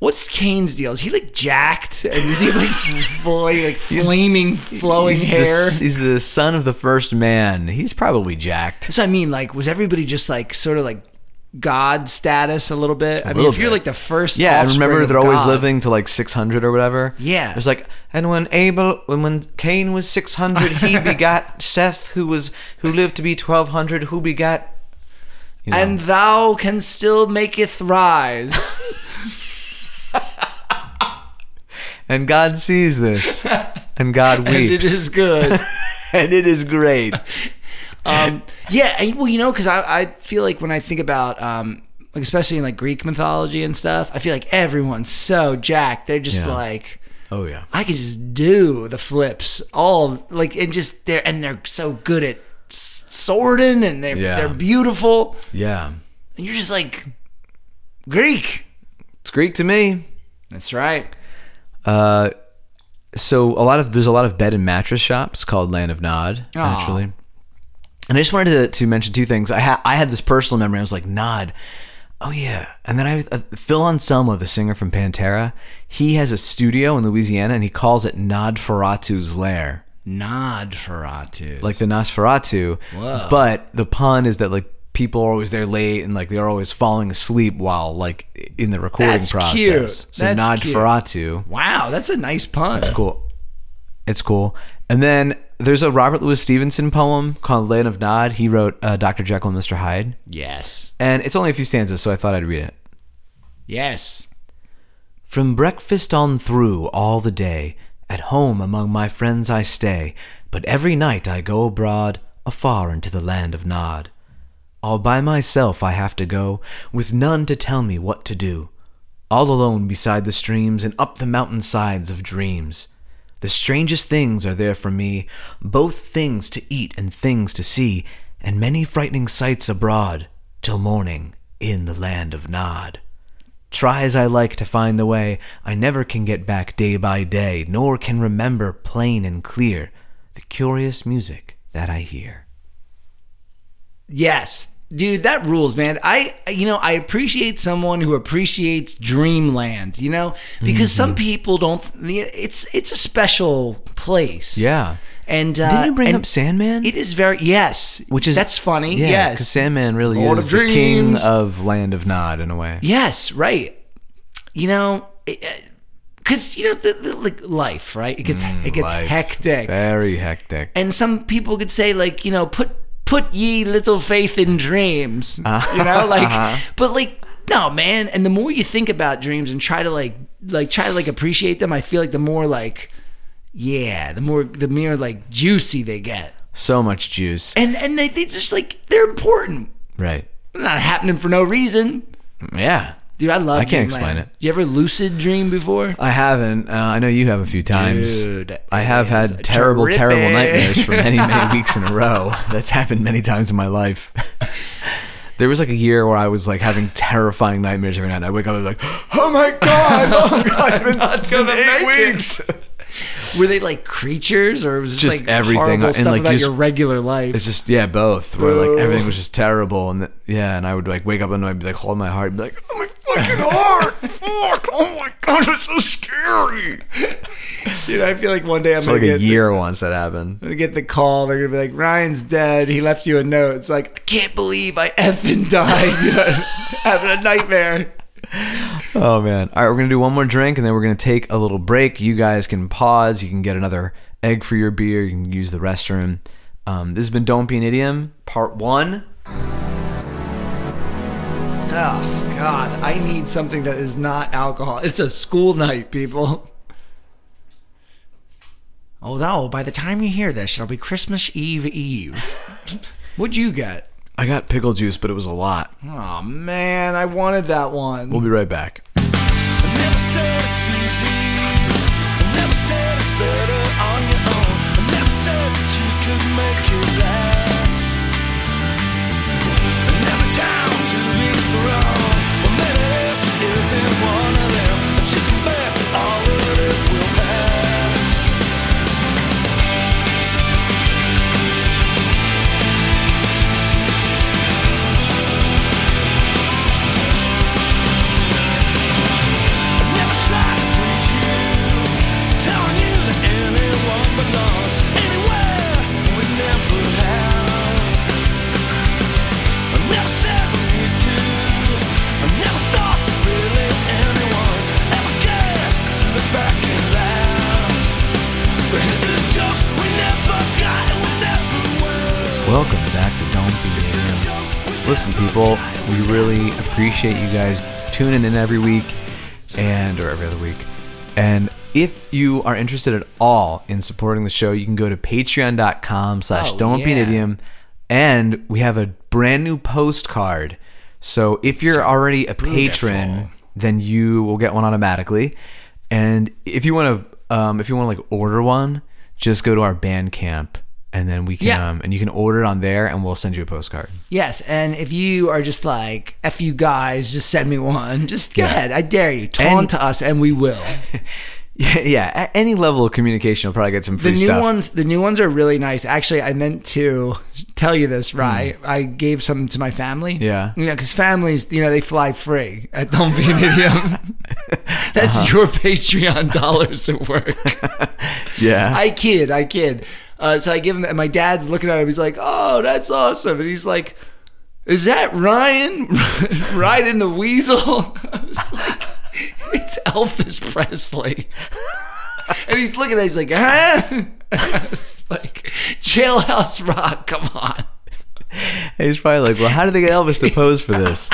what's Kane's deal? Is he like jacked? And is he like fully like flaming, flowing he's hair? The, he's the son of the first man. He's probably jacked. That's what I mean. Like, was everybody just like sort of like god status a little bit? I mean, little if you're bit. like the first, Yeah, I offspring remember of they're always God. living to like 600 or whatever. Yeah. It's like, and when Abel, when, when Cain was 600, he begat Seth, who was, who lived to be 1200, who begat. you know. And thou can still maketh rise. and God sees this, and God weeps, and it is good. and it is great. um, yeah, and, well, you know, because I, I feel like when I think about, um, like especially in like Greek mythology and stuff, I feel like everyone's so jacked. They're just Yeah. like, Oh yeah, I can just do the flips all like and just they're and they're so good at s- sorting and they're Yeah. they're beautiful yeah. and you're just like Greek. It's Greek to me. That's right. Uh, so a lot of there's a lot of bed and mattress shops called Land of Nod, Aw. actually. And I just wanted to, to mention two things. I ha- I had this personal memory. I was like, Nod, oh yeah. And then I was- uh, Phil Anselmo, the singer from Pantera, he has a studio in Louisiana, and he calls it Nodferatu's Lair, Nod Feratu. like the Nosferatu. Whoa. But the pun is that like people are always there late, and like they're always falling asleep while like in the recording That's process. cute. So That's cute. Nodferatu. wow, that's a nice pun. It's cool. It's cool. And then there's a Robert Louis Stevenson poem called Land of Nod. He wrote uh, Dr. Jekyll and Mr. Hyde. Yes. And it's only a few stanzas, so I thought I'd read it. Yes. From breakfast on through all the day, at home among my friends I stay, but every night I go abroad, afar into the land of Nod. All by myself I have to go, with none to tell me what to do. All alone beside the streams and up the mountain sides of dreams. The strangest things are there for me, both things to eat and things to see, and many frightening sights abroad, till morning in the land of Nod. Try as I like to find the way, I never can get back day by day, nor can remember plain and clear the curious music that I hear. Yes. Dude, that rules, man. I you know, I appreciate someone who appreciates dreamland, you know? Because Mm-hmm. some people don't it's it's a special place. Yeah. And uh Didn't you bring and up Sandman? It is very yes, Which is That's funny. Yeah, yes. because Sandman really Lord is of the king Dreams. of Land of Nod in a way. Yes, right. You know, because you know, the, the, like life, right? It gets it gets Mm, Life. Eh. hectic, Very hectic. and some people could say like, you know, put put ye little faith in dreams, you know, like, but like no, man. And the more you think about dreams and try to like, like try to like appreciate them, I feel like the more like, yeah, the more the mere like juicy they get. So much juice. And and they, they just like they're important. Right. They're not happening for no reason. Yeah. Dude, I love. I can't explain it. You ever lucid dream before? I haven't. Uh, I know you have a few times. Dude, I it have is had terrible, terrible terrific. nightmares for many, many weeks in a row. That's happened many times in my life. There was like a year where I was like having terrifying nightmares every night. I wake up and be like, oh my god, oh my god, it's been, it's been gonna eight make it." weeks. Were they like creatures, or was it just, Just like everything, horrible and, stuff like, about just- your regular life? It's just yeah, both. Where Ugh. like everything was just terrible, and th- yeah, and I would like wake up and I'd be like hold my heart, and be like, oh my fucking heart, fuck, oh my god, it's so scary. Dude, I feel like one day I'm For gonna like a get year once that happened. I'm gonna get the call. They're gonna be like, "Ryan's dead. He left you a note." It's like, I can't believe I effing died having a nightmare. Oh man! All right, we're gonna do one more drink, and then we're gonna take a little break. You guys can pause. You can get another egg for your beer. You can use the restroom. Um, this has been Don't Be an Idiom, part one. Oh God, I need something that is not alcohol. It's a school night, people. Although by the time you hear this, it'll be Christmas Eve Eve. What'd you get? I got pickle juice, but it was a lot. Oh man, I wanted that one. We'll be right back. Never said it's easy. Never said it's better on your own. Never said that you could make it last. Never time to be strong. Well, maybe this isn't one of them. But you can bet all of this will pass. Never tried to please you, telling you that anyone belongs anywhere we never have. I never said we need to. I never thought that really anyone ever gets to the back and laugh. But here's to the jokes we never got and we never will. Welcome back to Don't Be an Idiom. Jokes we Listen, never people, got and we really appreciate you guys tuning in every week and or every other week. And if you are interested at all in supporting the show, you can go to patreon.com slash Oh, don't be an yeah. idiom. And we have a brand new postcard. So if you're already a patron, then you will get one automatically. And if you want to um, if you want to like order one, just go to our Bandcamp and then we can Yeah. um, and you can order it on there and we'll send you a postcard. Yes, and if you are just like, F you guys, just send me one. Just go Yeah. ahead. I dare you. Taunt us and we will. Yeah, yeah. At any level of communication, you'll probably get some The free new stuff. ones the new ones are really nice. Actually, I meant to tell you this, Rye. I gave some to my family. Mm. Yeah. You know, because families, you know, they fly free at Don't Be an Idiom. That's Uh-huh. your Patreon dollars at work. yeah, I kid, I kid. Uh, so I give him, and my dad's looking at him. He's like, "Oh, that's awesome!" And he's like, "Is that Ryan riding the weasel?" I was like, "It's Elvis Presley." And he's looking at, it, he's like, "Huh?" I was like, "Jailhouse Rock, come on." he's probably like, "Well, how did they get Elvis to pose for this?"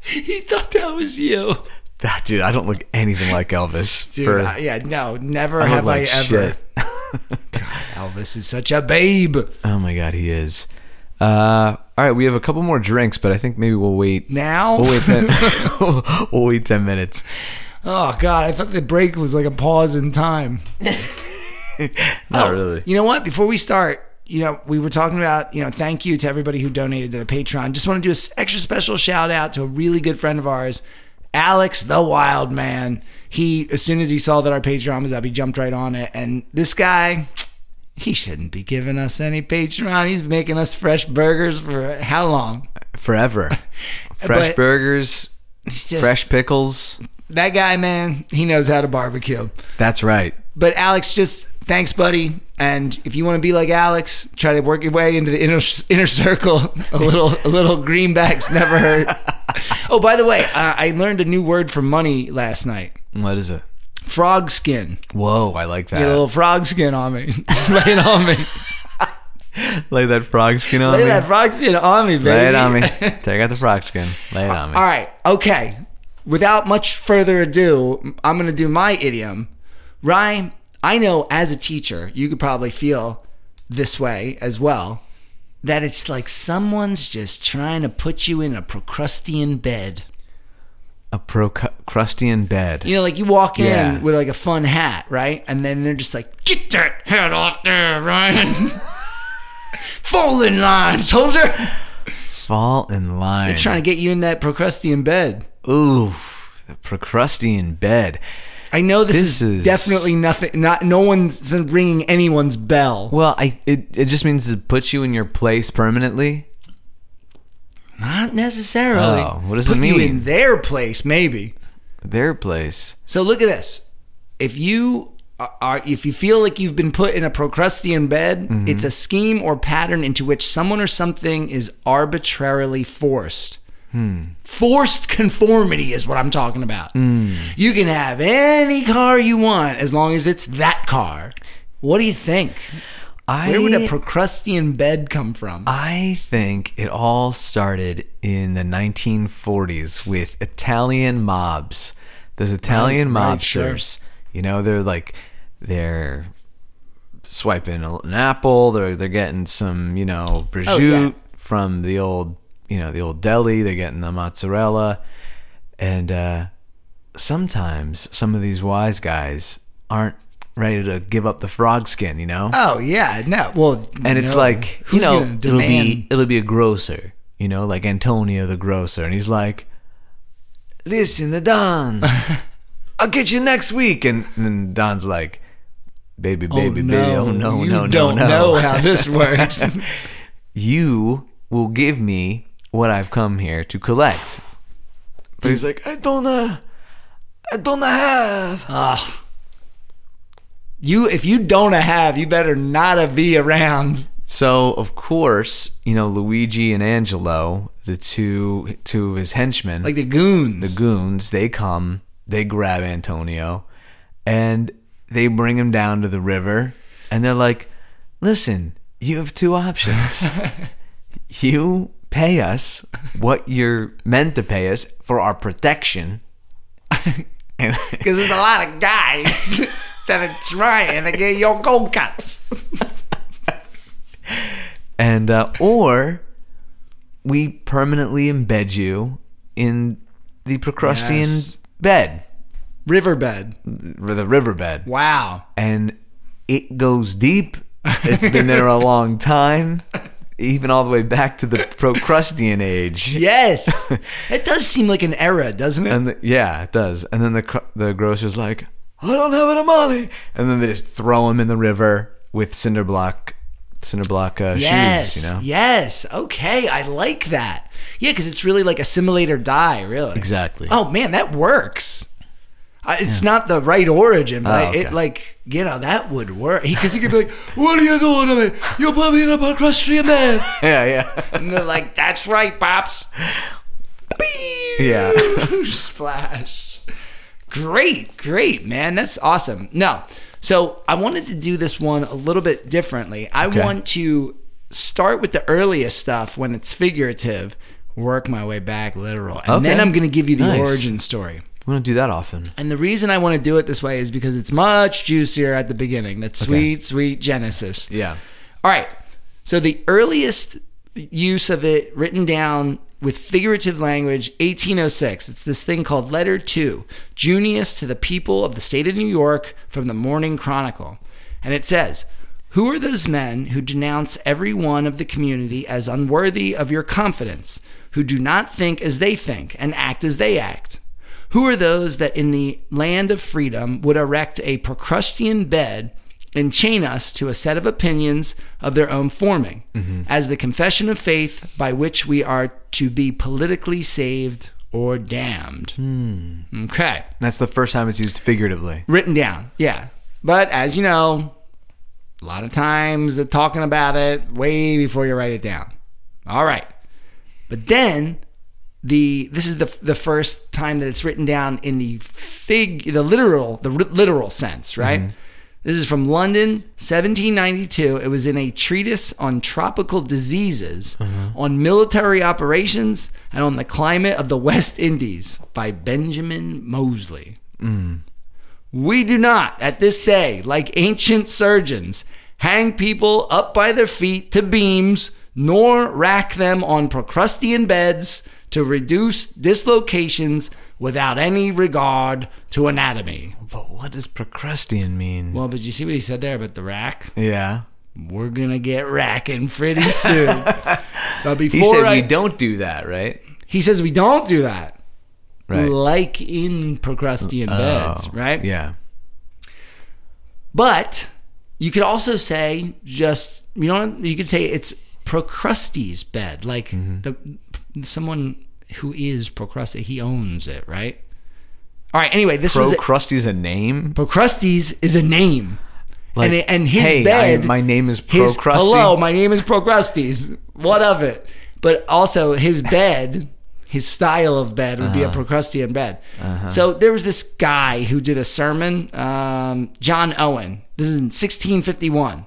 He thought that was you, That dude, I don't look anything like Elvis. dude. for- I- yeah, no, never I look have like I ever. shit. Elvis is such a babe. oh my god, he is. Uh, all right, we have a couple more drinks, but I think maybe we'll wait. Now, We'll wait ten. we'll wait ten minutes. oh god, I thought the break was like a pause in time. Not Oh, really. You know what? Before we start, you know, we were talking about, you know, thank you to everybody who donated to the Patreon. Just want to do an extra special shout out to a really good friend of ours, Alex the Wild Man. He, as soon as he saw that our Patreon was up, he jumped right on it. And this guy, he shouldn't be giving us any Patreon. He's making us fresh burgers for how long? Forever. Fresh But- burgers, He's just, fresh pickles. That guy, man, he knows how to barbecue. That's right. But Alex, just thanks, buddy. And if you want to be like Alex, try to work your way into the inner inner circle. A little a little greenbacks never hurt. oh, by the way, uh, I learned a new word for money last night. What is it? Frog skin. Whoa, I like that. Get a little frog skin on me. Lay it on me. Lay that frog skin on Lay me. that frog skin on me, baby. Lay it on me. Take out the frog skin. Lay it on me. All right. Okay. Without much further ado, I'm going to do my idiom. Ryan, I know as a teacher, you could probably feel this way as well that it's like someone's just trying to put you in a Procrustean bed. A Procrustean bed. You know, like you walk in Yeah. with like a fun hat, right? And then they're just like, get that hat off there, Ryan. Fall in line, soldier. Fall in line. They're trying to get you in that Procrustean bed. Ooh, a Procrustean bed. I know this, is, This is- definitely nothing. Not no one's ringing anyone's bell. Well, I it, it just means to put you in your place permanently. Not necessarily. Oh, what does it Put You mean? in their place, maybe. Their place. So look at this. If you are, if you feel like you've been put in a Procrustean bed, it's a scheme or pattern into which someone or something is arbitrarily forced. Hmm. Forced conformity is what I'm talking about. You can have any car you want as long as it's that car. What do you think? I Where would a Procrustean bed come from? I think it all started in the 1940s with Italian mobs. Those Italian Right, right, mobsters, you know, they're like they're swiping a- an apple. They're they're getting some, you know, prosciutto Oh, yeah. from the old, you know, the old deli. They're getting the mozzarella, and uh, sometimes some of these wise guys aren't ready to give up the frog skin. You know, oh yeah, no. Well, and it's no. like Who's you know gonna it'll be demand- it'll be a grocer you know like antonio the grocer and he's like listen the don i'll get you next week and then don's like baby baby baby oh no you no no don't no know how this works. you will give me what i've come here to collect but he's like i don't uh i don't have Ah. you if you don't have, you better not a be around. So of course, you know Luigi and Angelo, the two two of his henchmen, Like the goons. the goons, they come, they grab Antonio, and they bring him down to the river, and they're like, "Listen, you have two options. you pay us what you're meant to pay us for our protection." And- Because there's a lot of guys that are trying to get your gold cuts. and uh, or we permanently embed you in the Procrustean Yes. bed, Riverbed. r- the riverbed, Wow. and it goes deep. It's been there a long time, even all the way back to the Procrustean age. Yes. it does seem like an era, doesn't it? And the, yeah, it does. And then the cr- the grocer's like, I don't have any money, and then they just throw him in the river with cinder block, cinder block uh, yes. shoes. You know, Yes. Okay. I like that. Yeah, because it's really like assimilate or die, really. exactly. Oh man, that works. I, it's not the right origin, but Oh, it okay. like you know that would work because he could be like, "What are you doing to me? You're probably in a Procrustean bed." Yeah, yeah. And they're like, "That's right, pops." Yeah. Splash. Great, great, man. That's awesome. No, so I wanted to do this one a little bit differently. I Okay. want to start with the earliest stuff when it's figurative, work my way back literal, and then Okay. I'm going to give you the Nice. origin story. We don't do that often. And the reason I want to do it this way is because it's much juicier at the beginning. That sweet, sweet Genesis. Yeah. All right. So the earliest use of it written down with figurative language, 1806. It's this thing called Letter 2, Junius to the people of the state of New York from the Morning Chronicle. And it says, Who are those men who denounce every one of the community as unworthy of your confidence, who do not think as they think and act as they act? Who are those that in the land of freedom would erect a Procrustean bed and chain us to a set of opinions of their own forming, as the confession of faith by which we are to be politically saved or damned? Okay. That's the first time it's used figuratively. Written down. Yeah. But as you know, a lot of times they're talking about it way before you write it down. All right. But then the this is the the first time that it's written down in the fig the literal the r- literal sense, right? This is from London, 1792. It was in a treatise on tropical diseases, on military operations, and on the climate of the West Indies by Benjamin Mosley. We do not, at this day, like ancient surgeons, hang people up by their feet to beams, nor rack them on Procrustean beds to reduce dislocations without any regard to anatomy. But what does procrustean mean? Well, but you see what he said there about the rack? yeah. We're going to get racking pretty soon. but before He said I, we don't do that, right? he says we don't do that. Right. Like in Procrustean beds, Oh, right? Yeah. But you could also say just you know you could say it's Procrustes' bed, like the someone who is Procrustes, he owns it, right? All right. Anyway, this was Procruste's a name? Procrustes is a name, Like, and it, and his hey, I- bed. my name is his- Procruste. Hello, my name is Procrustes. What of it? But also his bed, his style of bed would be Uh-huh. a Procrustean bed. So there was this guy who did a sermon, um, John Owen. This is in 1651.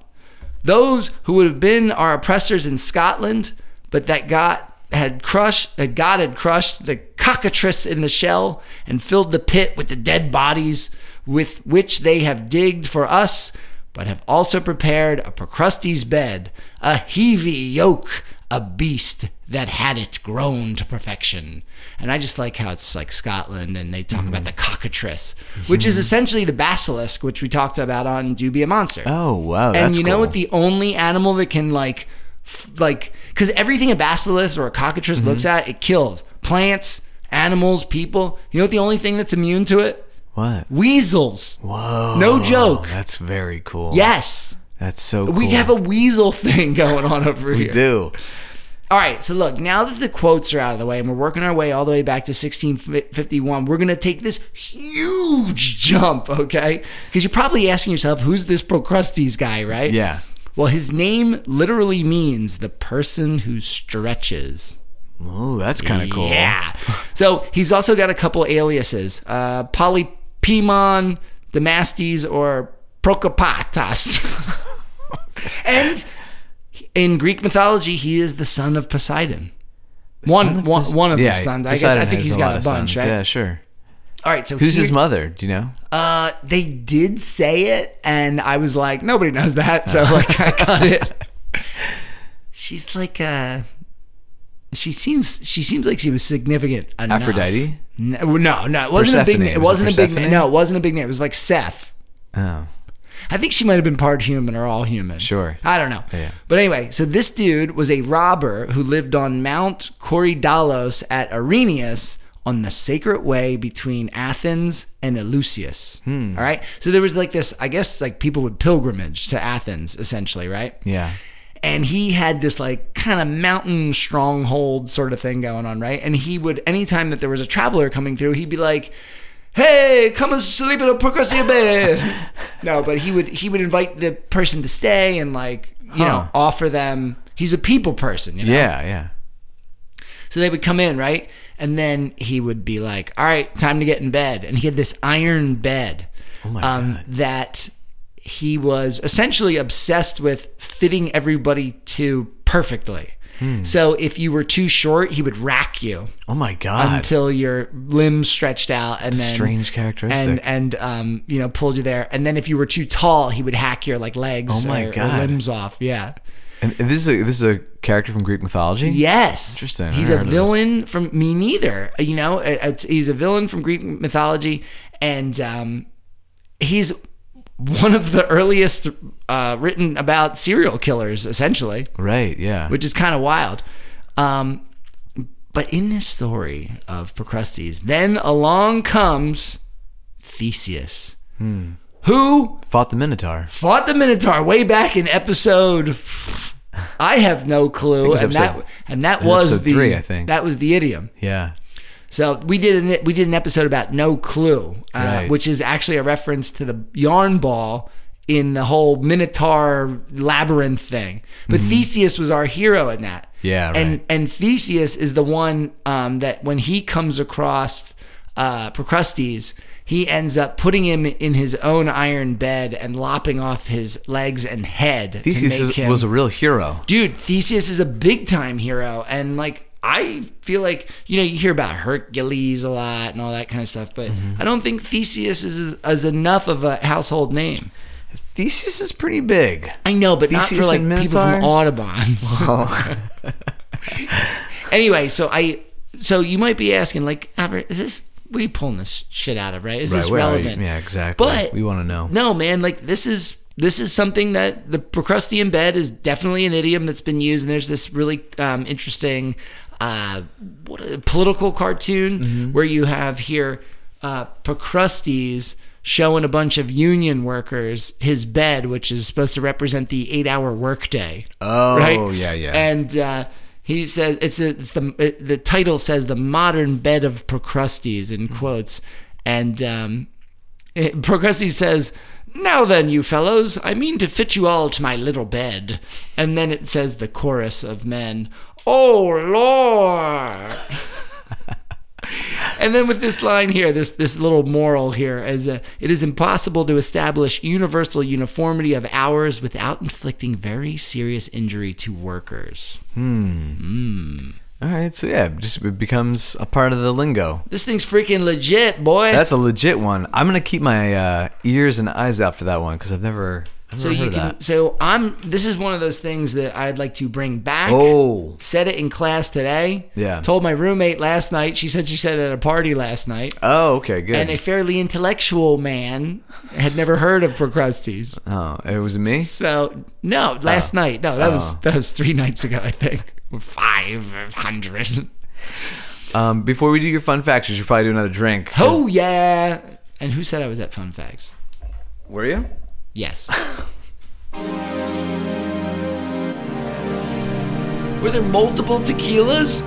Those who would have been our oppressors in Scotland, but that got had crushed that God had crushed the cockatrice in the shell and filled the pit with the dead bodies with which they have digged for us, but have also prepared a Procrustes bed, a heavy yoke, a beast that had it grown to perfection. And I just like how it's like Scotland and they talk about the cockatrice, which is essentially the basilisk, which we talked about on Do Be a Monster Oh, wow. and that's you know cool. what the only animal that can like f- like because everything a basilisk or a cockatrice Mm-hmm. looks at it kills plants animals people you know what the only thing that's immune to it What? weasels Whoa. No joke. That's very cool. yes That's so cool. we have a weasel thing going on over We here do. all right so look now that the quotes are out of the way and we're working our way all the way back to 1651 we're going to take this huge jump okay because you're probably asking yourself who's this procrustes guy right Yeah. Well, his name literally means the person who stretches. Oh, that's kind of cool. Yeah. so he's also got a couple aliases uh, Polypemon, Damastes, or Prokopatas. and in Greek mythology, he is the son of Poseidon. One, Son of one, Pos- one of yeah, his sons. I, guess, Poseidon I think has he's lot got a of bunch, sons. right? Yeah, sure. All right. So Who's his here- mother? Do you know? Uh, they did say it, and I was like, nobody knows that, so like I got it. She's like uh she seems she seems like she was significant enough. Aphrodite? No, no, no, it wasn't a big Persephone. name. It Was it wasn't a big name. Persephone? No, it wasn't a big name. It was like Seth. Oh, I think she might have been part human or all human. Sure. I don't know. Yeah. But anyway, so this dude was a robber who lived on Mount Corydalos at Arrhenius on the sacred way between Athens and Eleusis. Hmm. All right. So there was like this, I guess, like people would pilgrimage to Athens essentially, right? yeah. and he had this like kind of mountain stronghold sort of thing going on, right? And he would anytime that there was a traveler coming through, he'd be like, "Hey, come and sleep in a Procrustea bed." no, but he would he would invite the person to stay and like you Huh. know offer them. He's a people person, you know? Yeah, yeah. So they would come in, right? And then he would be like, "All right, time to get in bed." And he had this iron bed Oh um, my God. that he was essentially obsessed with fitting everybody to perfectly. Hmm. So if you were too short, he would rack you Oh, my God. until your limbs stretched out, and then Strange characteristic. and and um, you know pulled you there. And then if you were too tall, he would hack your like legs Oh my or- or God. limbs off. Yeah. And this is a, this is a character from Greek mythology. Yes. Interesting. I He's never a heard of villain from me neither. You know, uh, uh, he's a villain from Greek mythology, and um, he's one of the earliest uh, written about serial killers, essentially, Right. Yeah. which is kind of wild. Um, but in this story of Procrustes, then along comes Theseus, Hmm. who Fought the Minotaur. fought the Minotaur way back in episode. I have no clue, was and that episode- and that it was was episode the three, I think. that was the idiom. Yeah. So we did an we did an episode about no clue, uh, Right. which is actually a reference to the yarn ball in the whole Minotaur labyrinth thing. But Theseus was our hero in that. Mm-hmm. Yeah, and right. and Theseus is the one um, that when he comes across uh, Procrustes, he ends up putting him in his own iron bed and lopping off his legs and head. to Theseus make is- him- was a real hero. dude, Theseus is a big time hero, and like I feel like you know you hear about Hercules a lot and all that kind of stuff, but Mm-hmm. I don't think Theseus is is enough of a household name. Theseus is pretty big. I know, but not for Theseus like and people from Minotaur? Audubon. anyway, so I so you might be asking like, Albert, is this where you pulling this shit out of? Right? Is Right, this where are you? relevant? Yeah, exactly. But We wanna know. No, man, like this is this is something that the Procrustean bed is definitely an idiom that's been used, and there's this really um, interesting uh, what, a political cartoon where you have here uh, Procrustes showing a bunch of union workers his bed, which is supposed to represent the eight-hour workday. Oh, right? yeah, yeah. And uh, he says it's, a, it's the it, the title says the modern bed of Procrustes Mm-hmm. in quotes, and um, it, Procrustes says. Now then, you fellows, I mean to fit you all to my little bed. And then it says the chorus of men, Oh Lord! And then with this line here, this this little moral here is uh, it is impossible to establish universal uniformity of hours without inflicting very serious injury to workers. All right, so yeah, just it becomes a part of the lingo. This thing's freaking legit, boy. That's a legit one. I'm gonna keep my uh, ears and eyes out for that one because I've never, I've never so heard you of can. that. So I'm. This is one of those things that I'd like to bring back. Oh, Said it in class today. Yeah. Told my roommate last night. She said she said it at a party last night. oh, okay, good. And a fairly intellectual man had never heard of Procrustes. oh, it was me. So no, last night. No, that was Oh. that was three nights ago. I think five hundred. Um, before we do your fun facts, you should probably do another drink. Oh yeah. And who said I was at Fun Facts? Were you? Yes. Were there multiple tequilas?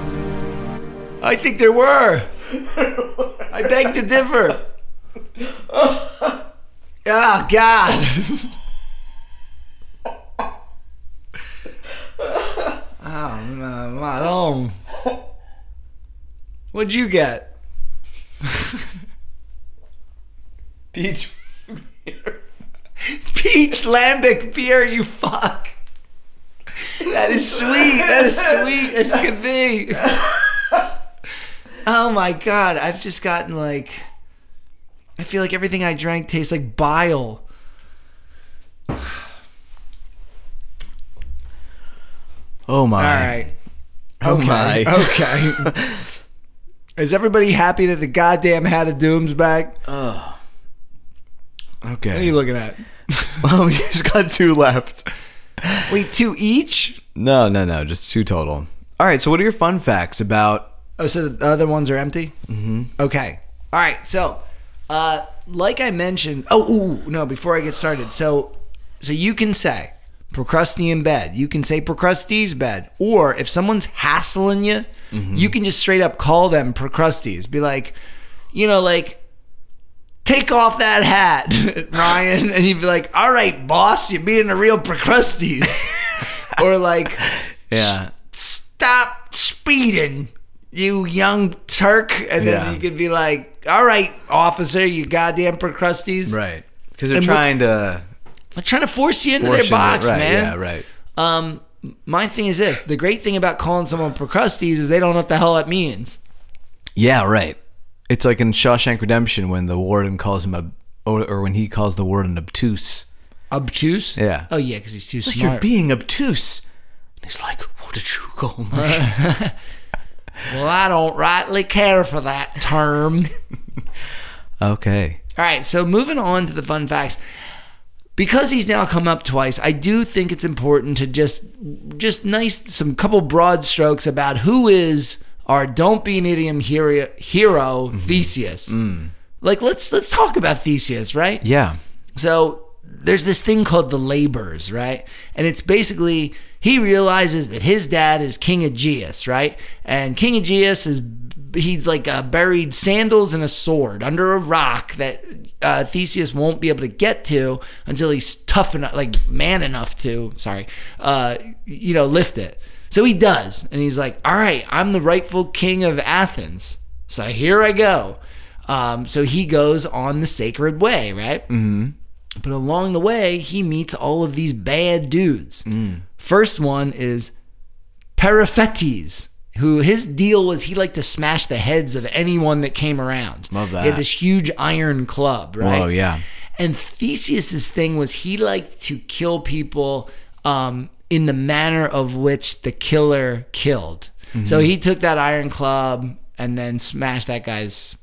I think there were. I beg to differ. Ah, Oh God. oh no, Maron. What'd you get? Peach peach lambic beer, you fuck. That is sweet. That is sweet as could be. Oh my god, I've just gotten like I feel like everything I drank tastes like bile. Oh my! All right. Oh my! Okay. Is everybody happy that the goddamn hat of doom's back? What are Okay. you looking at? Well, we just got two left. Wait, two each? No, no, no, just two total. All right. So, what are your fun facts about? Oh, so the other ones are empty? Mm-hmm. Okay. All right. So, uh, like I mentioned, oh, ooh, no, before I get started. So, so you can say Procrustean bed. You can say Procrustes bed. Or if someone's hassling you, Mm-hmm. you can just straight up call them Procrustes. Be like, you know, like, take off that hat, Ryan. And he'd be like, all right, boss, you're being a real Procrustes. or like, Yeah. stop speeding, you young Turk. And then Yeah. you could be like, all right, officer, you goddamn Procrustes. Right. Because they're And what's- trying to They're trying to force you into portion their it. box, right, man. Yeah. Right. Um, my thing is this the great thing about calling someone Procrustes is they don't know what the hell it means. Yeah. Right. It's like in Shawshank Redemption when the warden calls him a, or, or when he calls the warden obtuse. Obtuse? Yeah. Oh, yeah, because he's too Like, smart. You're being obtuse. And he's like, "What did you call me?" well, I don't rightly care for that term. okay. All right, so moving on to the fun facts. Because he's now come up twice, I do think it's important to just just nice some couple broad strokes about who is our don't be an idiom hero, hero Theseus. Like let's let's talk about Theseus, right? Yeah. So there's this thing called the labors, right? And it's basically he realizes that his dad is King Aegeus, right? And King Aegeus is he's like uh, buried sandals and a sword under a rock that uh, Theseus won't be able to get to until he's tough enough, like man enough to, sorry, uh, you know, lift it. So he does, and he's like, "All right, I'm the rightful king of Athens." So here I go. Um, so he goes on the sacred way, right? Mm-hmm. But along the way, he meets all of these bad dudes. Mm. First one is Perifetes, who his deal was he liked to smash the heads of anyone that came around. Love He had that. this huge iron club, right? Oh yeah. And Theseus's thing was he liked to kill people um, in the manner of which the killer killed. Mm-hmm. So he took that iron club and then smashed that guy's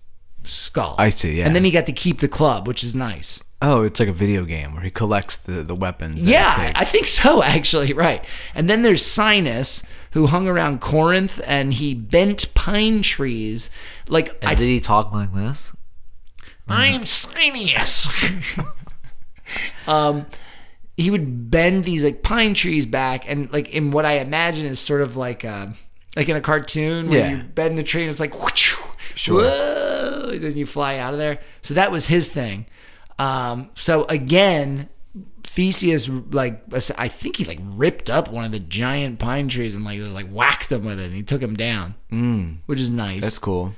skull. I see, yeah. And then he got to keep the club, which is nice. Oh, it's like a video game where he collects the, the weapons. that Yeah, he I takes. I think so, actually. Right. And then there's Sinus, who hung around Corinth and he bent pine trees. Like, I did he talk like this? I'm Sinus. um, he would bend these like pine trees back, and like in what I imagine is sort of like a, like in a cartoon where Yeah. you bend the tree and it's like, Sure. whoa, and then you fly out of there. So that was his thing. Um, so again, Theseus like I think he like ripped up one of the giant pine trees and like like whacked him with it, and he took him down, mm. which is nice. That's cool.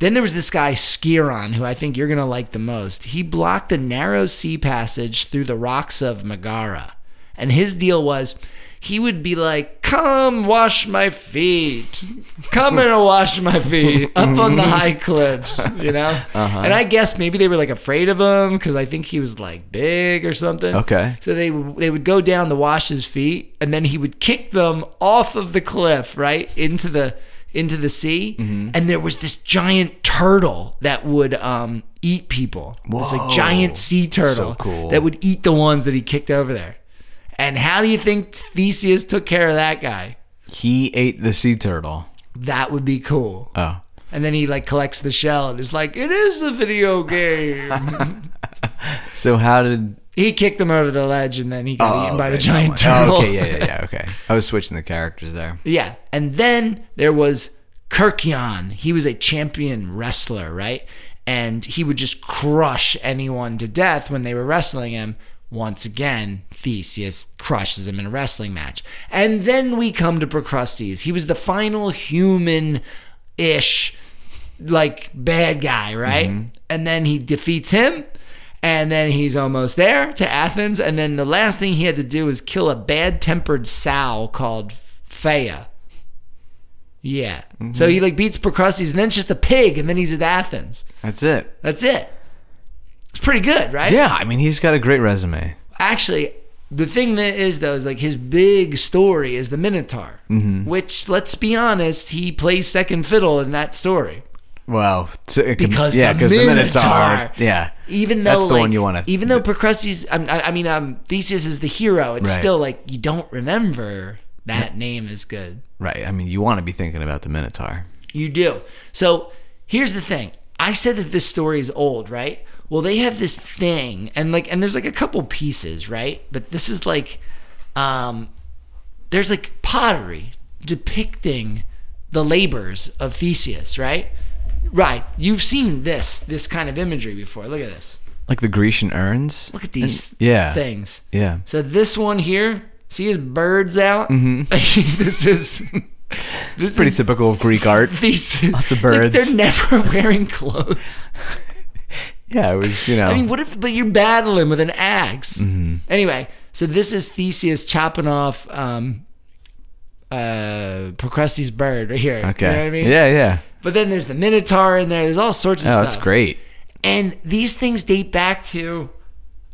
Then there was this guy Skiron, who I think you're gonna like the most. He blocked the narrow sea passage through the rocks of Megara, and his deal was he would be like, "Come wash my feet, come and wash my feet up on the high cliffs," you know. And I guess maybe they were like afraid of him because I think he was like big or something. Okay. So they would they would go down to wash his feet, and then he would kick them off of the cliff, right into the into the sea. Mm-hmm. And there was this giant turtle that would um, eat people. It's like giant sea turtle cool. that would eat the ones that he kicked over there. And how do you think Theseus took care of that guy? He ate the sea turtle. That would be cool. Oh. And then he like collects the shell and is like, "It is a video game." So how did? he kicked him over the ledge, and then he got Oh, eaten by the okay, giant never mind. turtle. Oh, okay. Yeah. Yeah. Yeah. Okay. I was switching the characters there. Yeah. And then there was Kirkion. He was a champion wrestler, right? And he would just crush anyone to death when they were wrestling him. Once again, Theseus crushes him in a wrestling match. And then we come to Procrustes. He was the final human ish, like, bad guy, right? And then he defeats him. And then he's almost there to Athens. And then the last thing he had to do is kill a bad tempered sow called Phaea. Yeah. So he like beats Procrustes and then it's just a pig and then he's at Athens. That's it. That's it. It's pretty good, right? Yeah. I mean, he's got a great resume. Actually, the thing that is though is like his big story is the Minotaur, which let's be honest, he plays second fiddle in that story. Well, t- it could- Because yeah, the because the, Minotaur- Minotaur. Yeah. Even though That's the like, one you wanna- even though Procrustes, I'm- I, I mean, um, Theseus is the hero. It's Right. still like you don't remember that name is good. Right. I mean, you want to be thinking about the Minotaur. You do. So here's the thing. I said that this story is old, right? Well, they have this thing, and like, and there's like a couple pieces, right? But this is like, um, there's like pottery depicting the labors of Theseus, right? Right. You've seen this this kind of imagery before. Look at this. Like the Grecian urns. Look at these yeah. things. Yeah. So this one here, see his birds out. Mm-hmm. this is this Pretty is typical of Greek art. these Lots of like, birds. they're never wearing clothes. Yeah, it was, you know. I mean, what if? But you're battling with an ax Mm-hmm. Anyway, so this is Theseus chopping off um, uh, Procrustes' bird right here. okay. You know what I mean? Yeah, yeah. But then there's the Minotaur in there. There's all sorts of Oh, stuff. that's great. And these things date back to,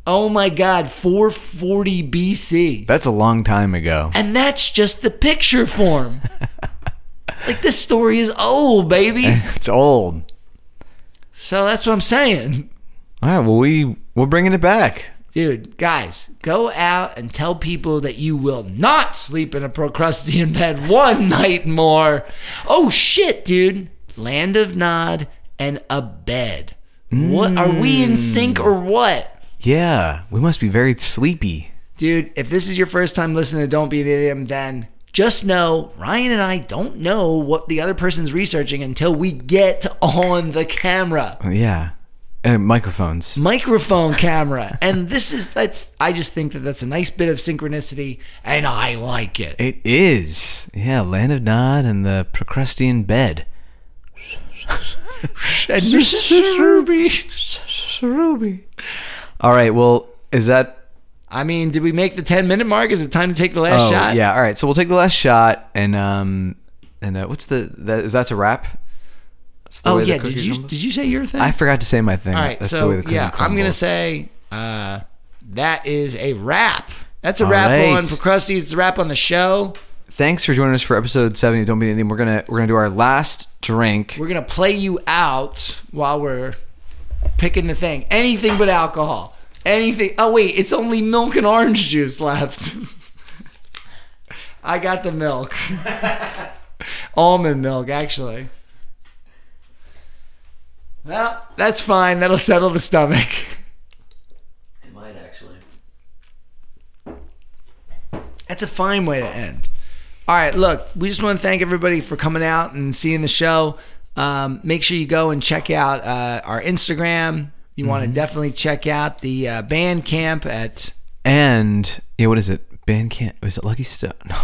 oh my God, 440 BC. That's a long time ago. and that's just the picture form. like this story is old, baby. It's old. So that's what I'm saying. All right, well, we, we're bringing it back. Dude, guys, go out and tell people that you will not sleep in a Procrustean bed one night more. Oh shit, dude. Land of Nod and a bed. What are we in sync or what? Yeah, we must be very sleepy. Dude, if this is your first time listening to Don't Be an Idiot, then just know Ryan and I don't know what the other person's researching until we get on the camera. Yeah. Uh, microphones. microphone camera and this is that's i just think that that's a nice bit of synchronicity and i like it It is. Yeah, Land of Nod and the Procrustean Bed. and Mrs. Ruby. Ruby. All right. Well, is that I mean, did we make the 10 minute mark? Is it time to take the last oh, shot? Yeah. All right. So we'll take the last shot, and um, and uh, what's the that is that's a wrap. That's the Oh way the yeah. Did cookie you crumbles? did you say your thing? I forgot to say my thing. All right. That's the so way the cookie yeah, I'm gonna crumbles. say uh, that is a wrap. That's a All wrap right. on for Krusty. It's a wrap on the show. thanks for joining us for episode seventy. of Don't be an Indian. We're gonna we're gonna do our last drink. We're gonna play you out while we're picking the thing. Anything but alcohol. Anything. Oh wait, it's only milk and orange juice left. I got the milk. Almond milk, actually. Well, that's fine. That'll settle the stomach. It might actually. That's a fine way to end. All right, look, we just want to thank everybody for coming out and seeing the show. Um, make sure you go and check out uh, our Instagram. You want Mm-hmm. to definitely check out the uh, band camp at And yeah, what is it? Bandcamp? Is it Lucky Stone? No.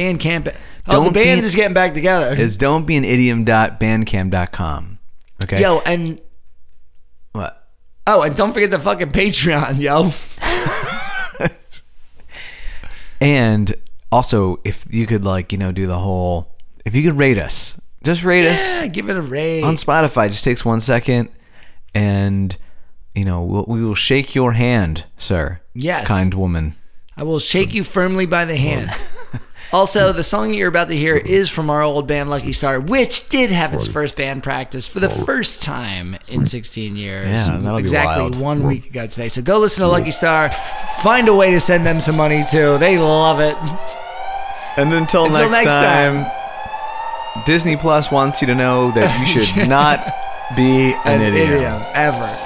band camp. At, oh, the Don't be- band is getting back together. It's don't be an idiom.bandcamp.com. Okay. Yo, and What? oh, and don't forget the fucking Patreon, yo. And also, if you could like, you know, do the whole, if you could rate us, just rate us. Yeah, give it a raise. on Spotify. It just takes one second, and you know we'll, we will shake your hand, sir. Yes. kind woman. I will shake you firmly by the hand. Also, the song you're about to hear is from our old band Lucky Star, which did have its first band practice for the first time in 16 years. Yeah, that'll be exactly wild. one week ago today. So go listen to Lucky Star. Find a way to send them some money too. They love it. And until, Until next next, time, Disney Plus wants you to know that you should not be an, An idiot. idiom ever.